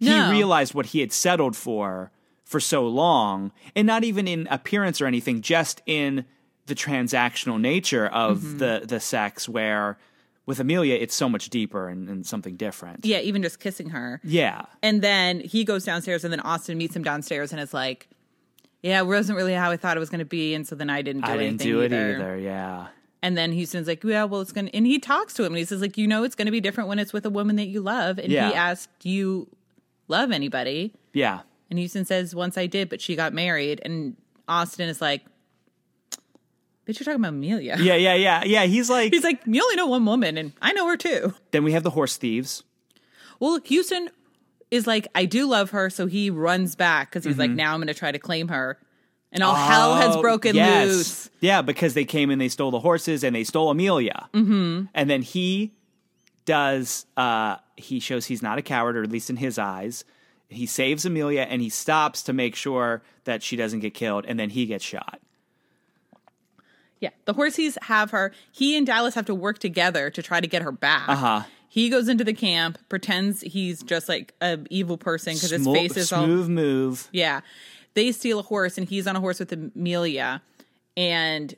No. He realized what he had settled for for so long, and not even in appearance or anything, just in the transactional nature of Mm-hmm. the the sex. Where with Amelia, it's so much deeper and, and something different. Yeah, even just kissing her. Yeah, And then he goes downstairs, and then Austin meets him downstairs, and is like, "Yeah, it wasn't really how I thought it was gonna be," and so then I didn't do I anything didn't do it either. either. Yeah. And then Houston's like, "Yeah, well, it's gonna," and he talks to him, and he says, "Like, you know, it's gonna be different when it's with a woman that you love." And Yeah. he asked, "Do you love anybody?" Yeah. And Houston says, Once I did, but she got married. And Austin is like, Bitch, you're talking about Amelia. Yeah, yeah, yeah, yeah. He's like. [LAUGHS] He's like, You only know one woman, and I know her too. then we have the horse thieves. Well, Houston is like, I do love her. So he runs back because he's like, Now I'm going to try to claim her. And all hell has Mm-hmm. Oh, broken yes. loose. Yeah, because they came and they stole the horses and they stole Amelia. Mm-hmm. And then he does, uh, he shows he's not a coward, or at least in his eyes. He saves Amelia and he stops to make sure that she doesn't get killed. And then he gets shot. Yeah. The horsies have her. He and Dallas have to work together to try to get her back. Uh Uh-huh. huh. He goes into the camp, pretends he's just like an evil person because his Smo- face is all smooth move. Yeah. They steal a horse and he's on a horse with Amelia and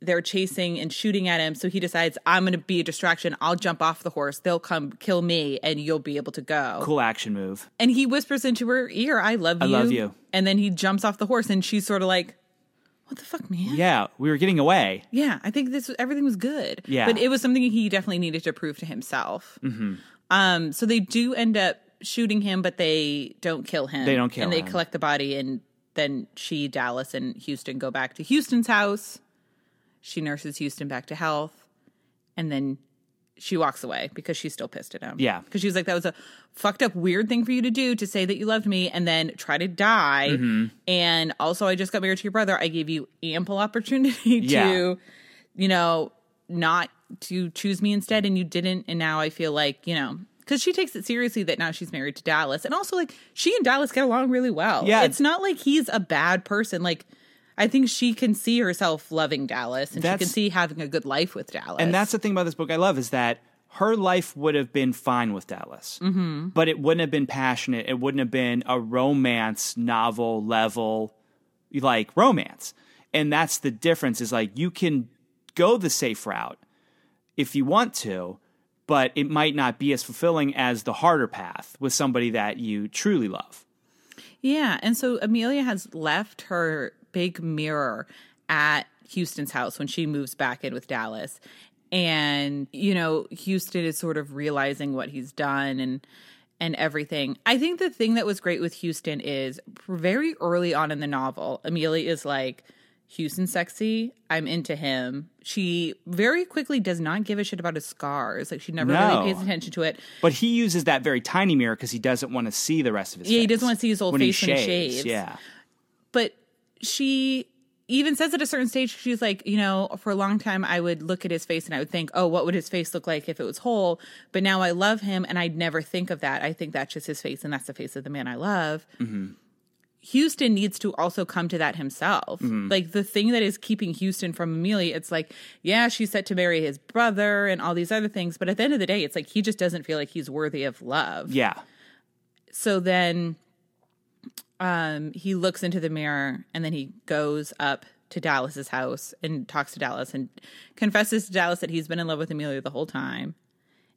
they're chasing and shooting at him. So he decides, I'm going to be a distraction. I'll jump off the horse. They'll come kill me and you'll be able to go. Cool action move. And he whispers into her ear, I love you. I love you. And then he jumps off the horse and she's sort of like, What the fuck, man? Yeah. Yeah, we were getting away. I think this everything was good. Yeah. Mm-hmm. But it was something he definitely needed to prove to himself. Um, so they do end up shooting him, but they don't kill him. They don't kill and him. they collect the body, and then she, Dallas, and Houston go back to Houston's house. She nurses Houston back to health, and then she walks away because she's still pissed at him. Yeah. because she was like, "That was a fucked up, weird thing for you to do to say that you loved me and then try to die." Mm-hmm. And also, I just got married to your brother. I gave you ample opportunity [LAUGHS] to, Yeah. you know, not to choose me instead, and you didn't. And now I feel like, you know, because she takes it seriously that now she's married to Dallas, and also like she and Dallas get along really well. Yeah. it's not like he's a bad person. Like. I think she can see herself loving Dallas and she can That's- see having a good life with Dallas. And that's the thing about this book I love is that her life would have been fine with Dallas, mm-hmm. but it wouldn't have been passionate. It wouldn't have been a romance novel level, like romance. And that's the difference is like you can go the safe route if you want to, but it might not be as fulfilling as the harder path with somebody that you truly love. Yeah. And so Amelia has left her big mirror at Houston's house when she moves back in with Dallas. And, you know, Houston is sort of realizing what he's done and and everything. I think the thing that was great with Houston is very early on in the novel, Amelia is like, Houston's sexy. I'm into him. She very quickly does not give a shit about his scars. Like she never No. really pays attention to it. But he uses that very tiny mirror because he doesn't want to see the rest of his Yeah, face. he doesn't want to see his old when face he when shaves. he shaves. Yeah. but she even says at a certain stage she's like you know for a long time i would look at his face and i would think oh what would his face look like if it was whole but now i love him and i'd never think of that i think that's just his face and that's the face of the man i love houston needs to also come to that himself like the thing that is keeping houston from amelia it's like yeah she's set to marry his brother and all these other things but at the end of the day it's like he just doesn't feel like he's worthy of love Yeah. so then um he looks into the mirror and then he goes up to Dallas's house and talks to Dallas and confesses to Dallas that he's been in love with Amelia the whole time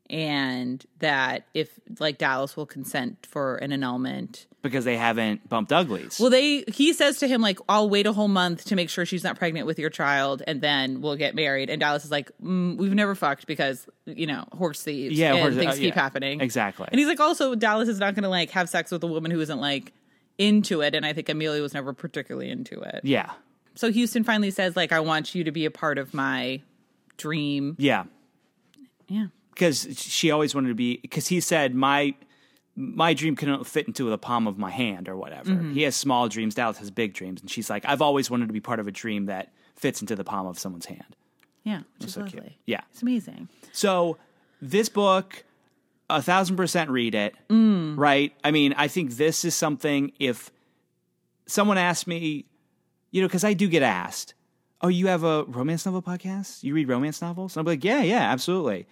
and that if like Dallas will consent for an annulment. Because they haven't bumped uglies. Well they he says to him like I'll wait a whole month to make sure she's not pregnant with your child and then we'll get married and Dallas is like mm, we've never fucked because you know horse thieves Yeah, and horse- things uh, keep yeah, happening. exactly. And he's like, also, Dallas is not going to like have sex with a woman who isn't like into it. And I think Amelia was never particularly into it. yeah. So Houston finally says, like, I want you to be a part of my dream. Yeah. Yeah. because she always wanted to be because he said my my dream can fit into the palm of my hand or whatever he has small dreams dallas has big dreams and she's like i've always wanted to be part of a dream that fits into the palm of someone's hand Yeah. Which is so lovely. cute. Yeah. It's amazing. so this book a thousand percent read it right i mean i think this is something if someone asked me you know because i do get asked oh you have a romance novel podcast you read romance novels and i'll be like yeah yeah absolutely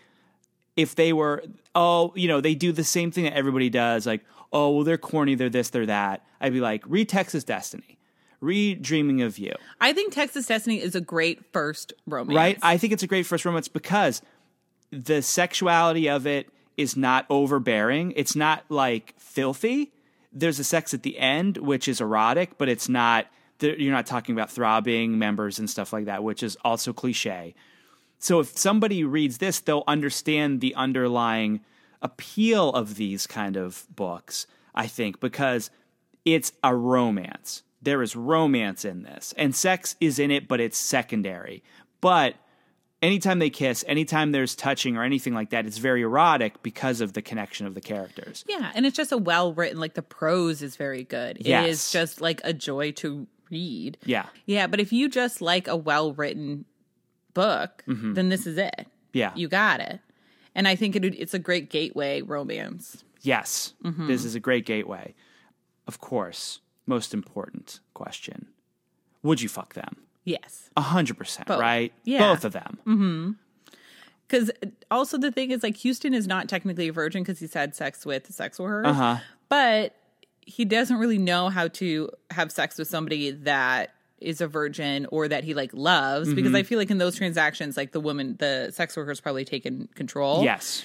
if they were oh you know they do the same thing that everybody does like oh well they're corny they're this they're that i'd be like read texas destiny read dreaming of you I think Texas Destiny is a great first romance. right? I think it's a great first romance because the sexuality of it is not overbearing. It's not like filthy. There's a sex at the end which is erotic, but it's not. there- You're not talking about throbbing members and stuff like that, which is also cliche. So if somebody reads this, they'll understand the underlying appeal of these kind of books, I think, because it's a romance. There is romance in this, and sex is in it, but it's secondary. But anytime they kiss, anytime there's touching or anything like that, it's very erotic because of the connection of the characters. Yeah, and it's just a well written. Like the prose is very good. It is Yes. just like a joy to read. Yeah. Yeah, but if you just like a well written book, then this is it. Yeah. You got it. And I think it, it's a great gateway romance. Yes, Mm-hmm. this is a great gateway. Of course, most important question Would you fuck them? Yes. A 100%, Both. right? Yeah. Mm-hmm. Both of them. Because uh, also the thing is, like, Houston is not technically a virgin because he's had sex with sex workers, Uh-huh. but he doesn't really know how to have sex with somebody that is a virgin or that he like loves Mm-hmm. because I feel like in those transactions, like the woman, the sex worker's probably taken control. Yes.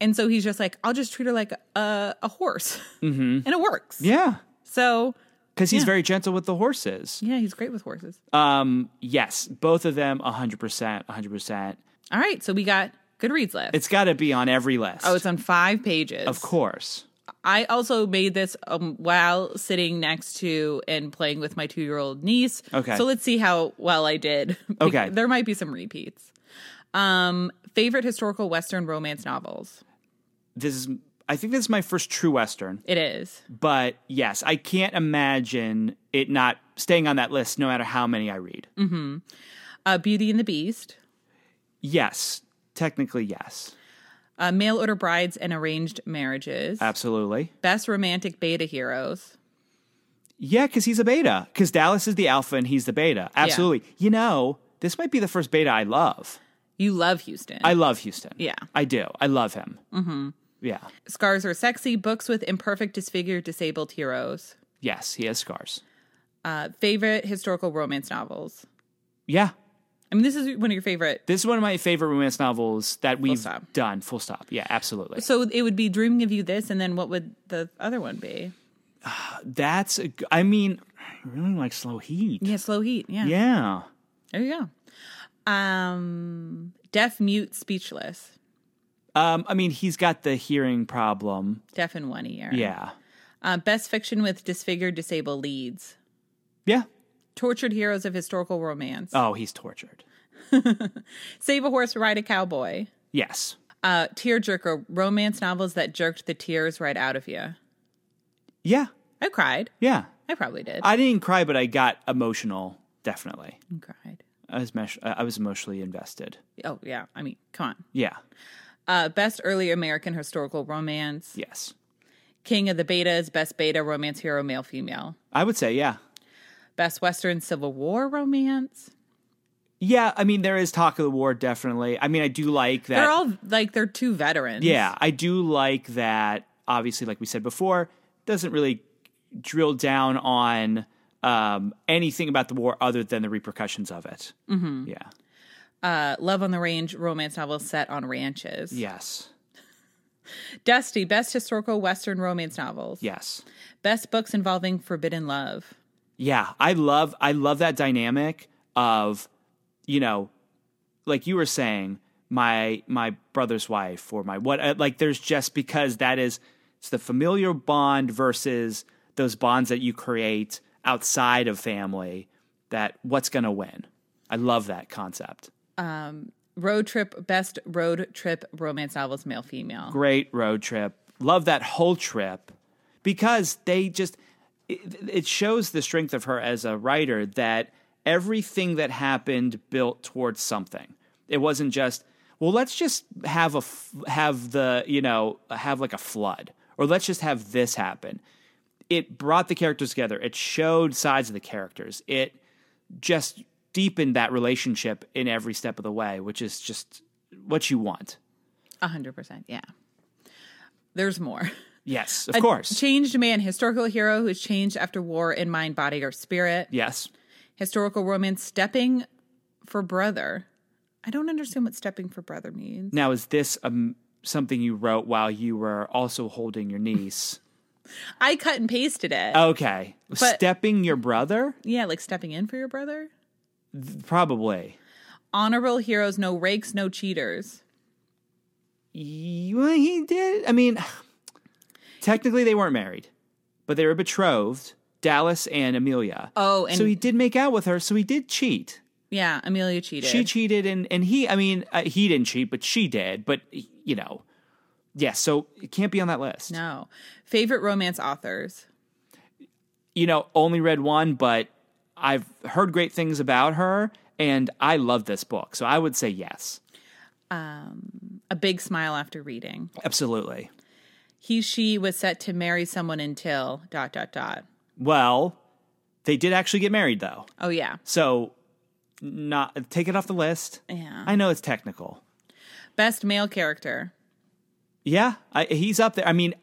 and so he's just like, I'll just treat her like a a horse, and it works. Mm-hmm. Yeah. So Because he's very gentle with the horses. yeah, he's great with horses. Um, yes, both of them, 100%, 100%. All right, so we got Goodreads list. It's got to be on every list. oh, it's on five pages. of course. I also made this um, while sitting next to and playing with my two year old niece. Okay. So let's see how well I did. [LAUGHS] Okay. There might be some repeats. Um, favorite historical Western romance novels. This is, I think this is my first true Western, It is. but yes, I can't imagine it not staying on that list no matter how many I read. Mm. Uh, Beauty and the Beast, Yes, technically, yes. uh, Mail Order Brides and Arranged Marriages, Absolutely. Best Romantic Beta Heroes. Yeah, because he's a beta. Because Dallas is the alpha and he's the beta. Absolutely. You know, this might be the first beta I love. You love Houston. I love Houston. Yeah. I do. I love him. Mm-hmm. Yeah. Scars are sexy. Books with imperfect, disfigured, disabled heroes. Yes, he has scars. Uh, favorite historical romance novels. Yeah. I mean, this is one of your favorite. This is one of my favorite romance novels that we've stop. done. Full stop. Yeah, absolutely. So it would be Dreaming of You. This, and then what would the other one be? That's, a g- I mean, I really like Slow Heat. Yeah, Slow Heat. Yeah, Yeah. there you go. Um, deaf, mute, speechless. Um, I mean, he's got the hearing problem. Deaf in one ear. Yeah. Uh, best fiction with disfigured, disabled leads. Yeah. Tortured heroes of historical romance. Oh, he's tortured. Save a horse, ride a cowboy. Yes. Uh, tear jerker romance novels that jerked the tears right out of you. Yeah. I cried. Yeah. I probably did. I didn't cry, but I got emotional. Definitely. I cried. I was, mesh- I was emotionally invested. Oh yeah, I mean, come on. Yeah. Uh, best early American historical romance. Yes. King of the Betas. Best beta romance hero, male female. I would say, yeah. Best Western Civil War romance. Yeah. I mean, there is talk of the war, definitely. I mean, I do like that. They're all like they're two veterans. Yeah, I do like that. Obviously, like we said before, doesn't really drill down on um, anything about the war other than the repercussions of it. Mm-hmm. Yeah. Uh, Love on the Range romance novel set on ranches. Yes. Dusty. Best historical Western romance novels. Yes. Best books involving forbidden love. Yeah. I love. I love that dynamic of, you know, like you were saying, my my brother's wife or my what. uh, Like, there's just because that is it's the familiar bond versus those bonds that you create outside of family that what's going to win. I love that concept. Road Trip, best road trip romance novels, male, female. Great road trip. Love that whole trip because they just it, it shows the strength of her as a writer that everything that happened built towards something. It wasn't just well, let's just have a f- have the you know have like a flood or let's just have this happen. It brought the characters together. It showed sides of the characters. It just deepened that relationship in every step of the way, which is just what you want. A 100%. Yeah. There's more. Yes, of [LAUGHS] course. Changed man, historical hero who's changed after war in mind, body, or spirit. yes. Historical romance, stepping for brother. I don't understand what stepping for brother means. Now, is this um, something you wrote while you were also holding [LAUGHS] your niece? I cut and pasted it. Okay. Stepping your brother? Yeah, like stepping in for your brother. Probably. Honorable heroes, no rakes, no cheaters. You, he did. I mean, [SIGHS] technically they weren't married, but they were betrothed, Dallas and Amelia. Oh, and so he did make out with her, so he did cheat. yeah, Amelia cheated. She cheated, and, and he, I mean, uh, he didn't cheat, but she did. But, you know, yeah, so it can't be on that list. no. Favorite romance authors. you know, only read one, but I've heard great things about her and I love this book. So I would say yes. A big smile after reading. Absolutely. He, she was set to marry someone until dot dot dot. Well, they did actually get married though. Oh yeah, So not take it off the list. yeah. I know it's technical. Best male character. Yeah, I, he's up there. I mean,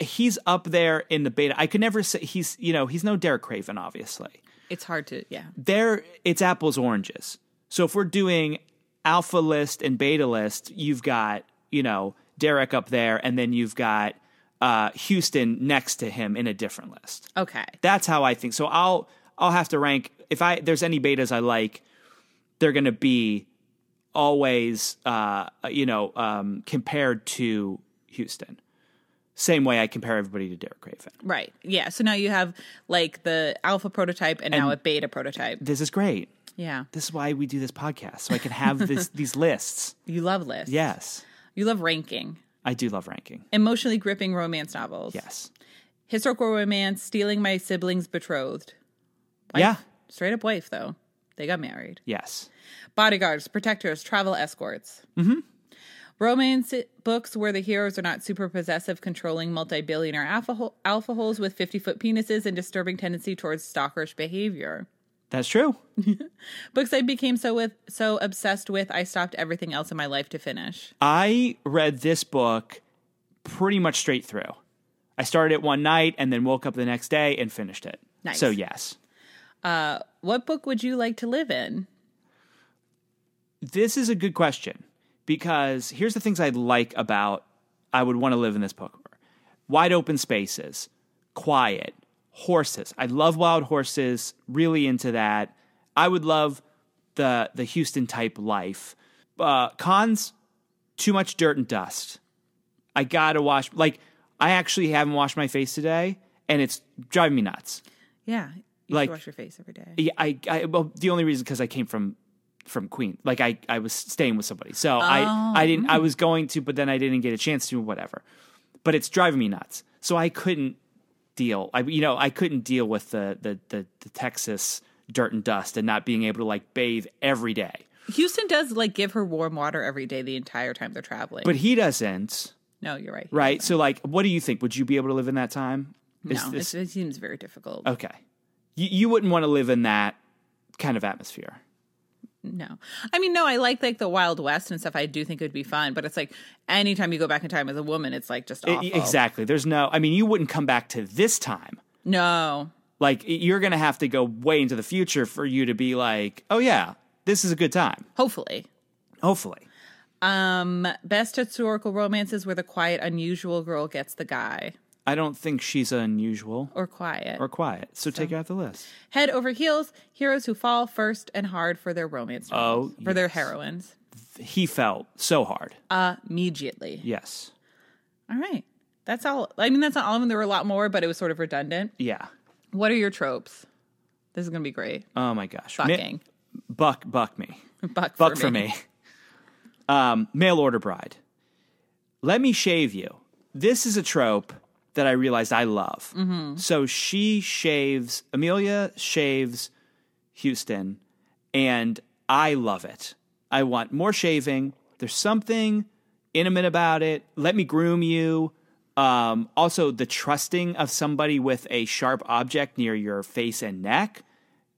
he's up there in the beta. I could never say he's, you know, he's no Derek Craven obviously. It's hard to yeah. there it's apples oranges. So if we're doing alpha list and beta list, you've got you know Derek up there, and then you've got uh, Houston next to him in a different list. Okay. That's how I think. So I'll I'll have to rank if I there's any betas I like, they're going to be always uh, you know um, compared to Houston. Same way I compare everybody to Derek Craven. Right. Yeah. So now you have like the alpha prototype and, now a beta prototype. This is great. Yeah. This is why we do this podcast, so I can have this these lists. You love lists. Yes. You love ranking. I do love ranking. Emotionally gripping romance novels. Yes. Historical romance, stealing my siblings betrothed. Yeah. Straight up wife though. They got married. Yes. Bodyguards, protectors, travel escorts. Mm-hmm. Romance books where the heroes are not super possessive, controlling multi-billionaire alpha, ho- alpha holes with 50-foot penises and disturbing tendency towards stalkerish behavior. That's true. Books I became so with so obsessed with I stopped everything else in my life to finish. I read this book pretty much straight through. I started it one night and then woke up the next day and finished it. Nice. So yes. What book would you like to live in? This is a good question because here's the things I like about I would want to live in this book. Wide open spaces, quiet, horses. I love wild horses, really into that. I would love the the Houston type life. Uh, cons, too much dirt and dust. I gotta wash like I actually haven't washed my face today and it's driving me nuts. Yeah, you Like- should wash your face every day. Yeah, I, I well, the only reason because I came from from Queen. Like I, I was staying with somebody, so I, I didn't. I Oh. was going to, but then I didn't get a chance to. Whatever. But it's driving me nuts. So I couldn't deal. I, you know, I couldn't deal with the the the, the Texas dirt and dust and not being able to like bathe every day. Houston does like give her warm water every day the entire time they're traveling. But he doesn't, no, you're right. right? So like, what do you think? Would you be able to live in that time? No, Is this- Oh. it's- it seems very difficult. okay. You, you wouldn't want to live in that kind of atmosphere. No, I mean, no, I like like the Wild West and stuff. I do think it would be fun, but it's like anytime you go back in time as a woman, it's like just I- awful. Exactly. There's no. I mean, you wouldn't come back to this time. No, Like you're gonna have to go way into the future for you to be like, oh yeah, this is a good time. hopefully. Hopefully, Um, best historical romances where the quiet, unusual girl gets the guy, I don't think she's unusual or quiet, or quiet. So, take it out the list. head over heels, heroes who fall first and hard for their romance novels, Oh, for their yes. heroines He fell so hard. Uh, immediately. yes. All right, that's all. I mean, that's not all of them. There were a lot more, but it was sort of redundant. Yeah. What are your tropes? This is going to be great. Oh my gosh. Ma- Bucking. buck buck me. Buck, Buck for me. Um, mail order bride. Let me shave you. This is a trope that I realized I love. So she shaves, Amelia shaves Houston, and I love it. I want more shaving. There's something intimate about it. Let me groom you. Um, also, the trusting of somebody with a sharp object near your face and neck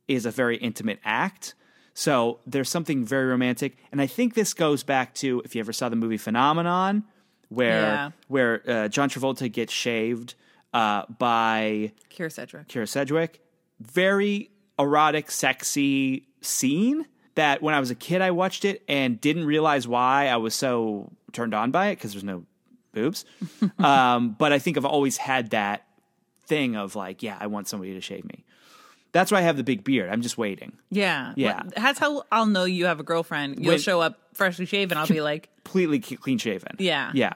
is a very intimate act. So there's something very romantic, and I think this goes back to if you ever saw the movie Phenomenon, where Yeah. where uh, John Travolta gets shaved uh, by Kira Sedgwick. Kira Sedgwick. Very erotic, sexy scene that when I was a kid, I watched it and didn't realize why I was so turned on by it because there's no [LAUGHS] boobs. um, but I think I've always had that thing of like, yeah, I want somebody to shave me. That's why I have the big beard. I'm just waiting. Yeah. Yeah. Well, That's how I'll know you have a girlfriend. You'll When- show up freshly shaven. [LAUGHS] I'll be like, Completely c- clean shaven. Yeah. Yeah.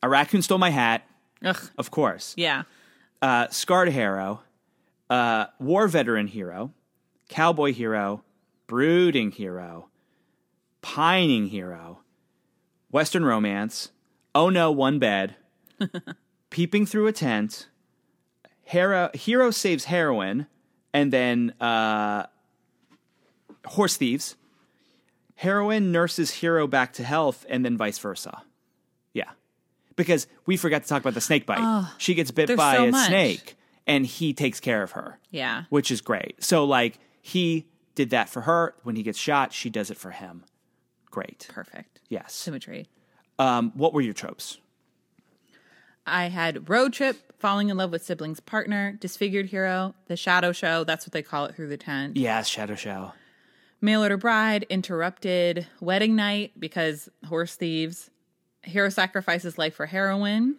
A raccoon stole my hat, ugh, of course. yeah. uh, scarred hero, uh, war veteran hero, cowboy hero, brooding hero, pining hero, western romance, oh no, [LAUGHS] one bed, peeping through a tent, hero, hero saves heroine, and then uh, horse thieves, heroine nurses hero back to health, and then vice versa. Yeah. Because we forgot to talk about the snake bite. she gets bit Ah, there's by so a much. snake and he takes care of her. Yeah. Which is great. So like he did that for her. When he gets shot, she does it for him. Great. Perfect. Yes. Symmetry. Um, what were your tropes? I had road trip, falling in love with siblings' partner, disfigured hero, the shadow show. That's what they call it through the tent. Yes, Shadow Show. Mail order bride, interrupted, wedding night because horse thieves, hero sacrifices life for heroine,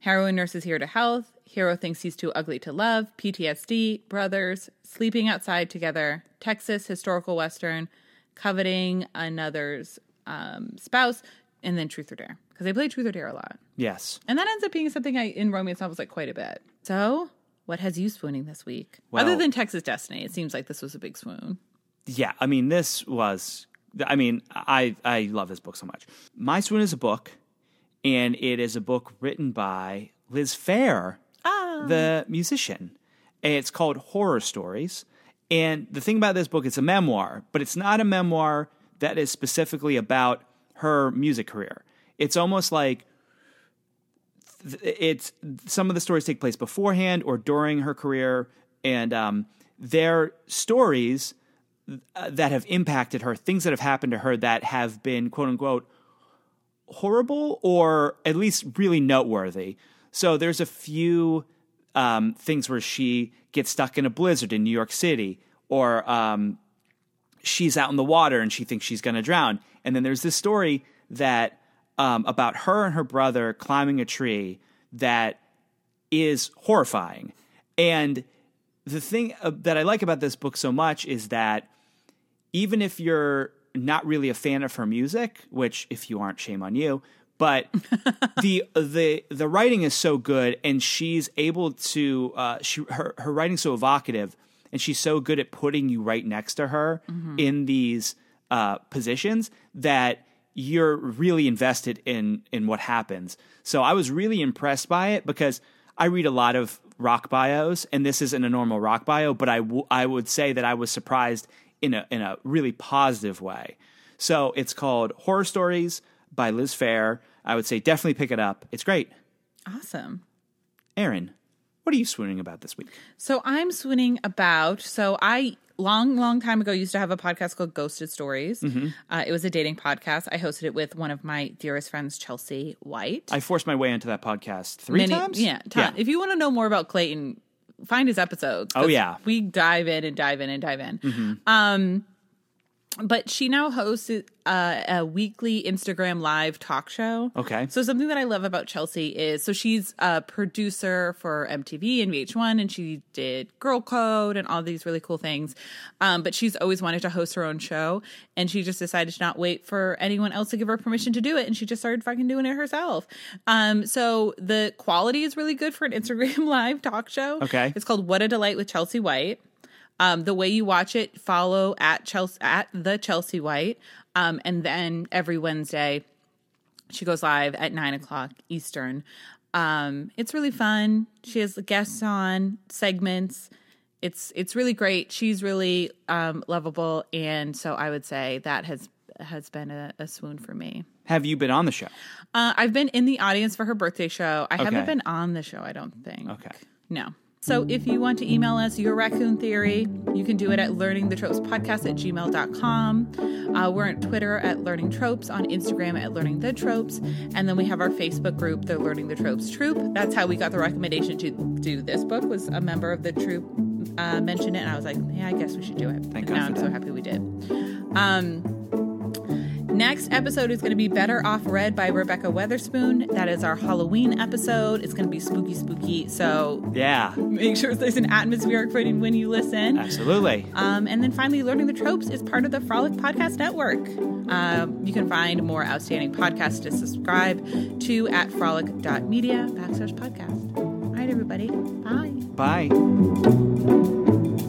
heroine nurses here to health, hero thinks he's too ugly to love, PTSD, brothers, sleeping outside together, Texas historical western, coveting another's um, spouse, and then truth or dare because they play truth or dare a lot. Yes. And that ends up being something I in romance novels like quite a bit. So, what has you swooning this week? Well- Other than Texas Destiny, it seems like this was a big swoon. Yeah, I mean this was I mean, I I love this book so much. My Swoon is a book, and it is a book written by Liz Fair, the musician. And It's called Horror Stories. And the thing about this book, it's a memoir, but it's not a memoir that is specifically about her music career. It's almost like th- it's some of the stories take place beforehand or during her career, and um, they're stories uh, that have impacted her, things that have happened to her that have been quote unquote horrible or at least really noteworthy. So there's a few um, things where she gets stuck in a blizzard in New York City, or um, she's out in the water and she thinks she's going to drown. And then there's this story that um, about her and her brother climbing a tree that is horrifying. And the thing uh, that I like about this book so much is that even if you're not really a fan of her music, which if you aren't, shame on you. But the the the writing is so good, and she's able to uh, she her her writing's so evocative, and she's so good at putting you right next to her in these uh, positions that you're really invested in in what happens. So I was really impressed by it because I read a lot of rock bios, and this isn't a normal rock bio, but I, w- I would say that I was surprised in a in a really positive way. So it's called Horror Stories by Liz Fair. I would say definitely pick it up. It's great. Awesome. Aaron, what are you swooning about this week? So I'm swooning about. So I long, long time ago used to have a podcast called Ghosted Stories. Mm-hmm. Uh, it was a dating podcast. I hosted it with one of my dearest friends, Chelsea White. I forced my way into that podcast Uh, three Many- times. Yeah, ton. If you want to know more about Clayton, find his episodes. 'cause Oh, yeah. Mm-hmm. we dive in and dive in and dive in. Um, but she now hosts a, a weekly Instagram live talk show. Okay. So something that I love about Chelsea is so she's a producer for MTV and VH1, and she did Girl Code and all these really cool things. Um, but she's always wanted to host her own show, and she just decided to not wait for anyone else to give her permission to do it, and she just started fucking doing it herself. Um, so the quality is really good for an Instagram [LAUGHS] live talk show. Okay. It's called What a Delight with Chelsea White. Um, the way you watch it, follow at Chelsea at the Chelsea White, um, and then every Wednesday she goes live at nine o'clock Eastern. Um, it's really fun. She has guests on segments. It's it's really great. She's really um, lovable, and so I would say that has has been a, a swoon for me. Have you been on the show? Uh, I've been in the audience for her birthday show. I haven't Okay. been on the show. I don't think. Okay. No. So if you want to email us your raccoon theory, you can do it at learningthetropespodcast at gmail.com. Uh, we're on Twitter at Learning Tropes, on Instagram at Learning the Tropes, and then we have our Facebook group, the Learning the Tropes Troop. That's how we got the recommendation to do this book, was a member of the troop uh, mentioned it, and I was like, yeah, I guess we should do it. and Thank God now for I'm so that. happy we did. Um, Next episode is going to be Better Off Red by Rebecca Weatherspoon. That is our Halloween episode. It's going to be spooky, spooky. So Yeah, make sure there's an atmosphere for it when you listen. absolutely. Um, and then finally, Learning the Tropes is part of the Frolic Podcast Network. Um, you can find more outstanding podcasts to subscribe to at frolic.media backslash podcast. All right, everybody. Bye. Bye.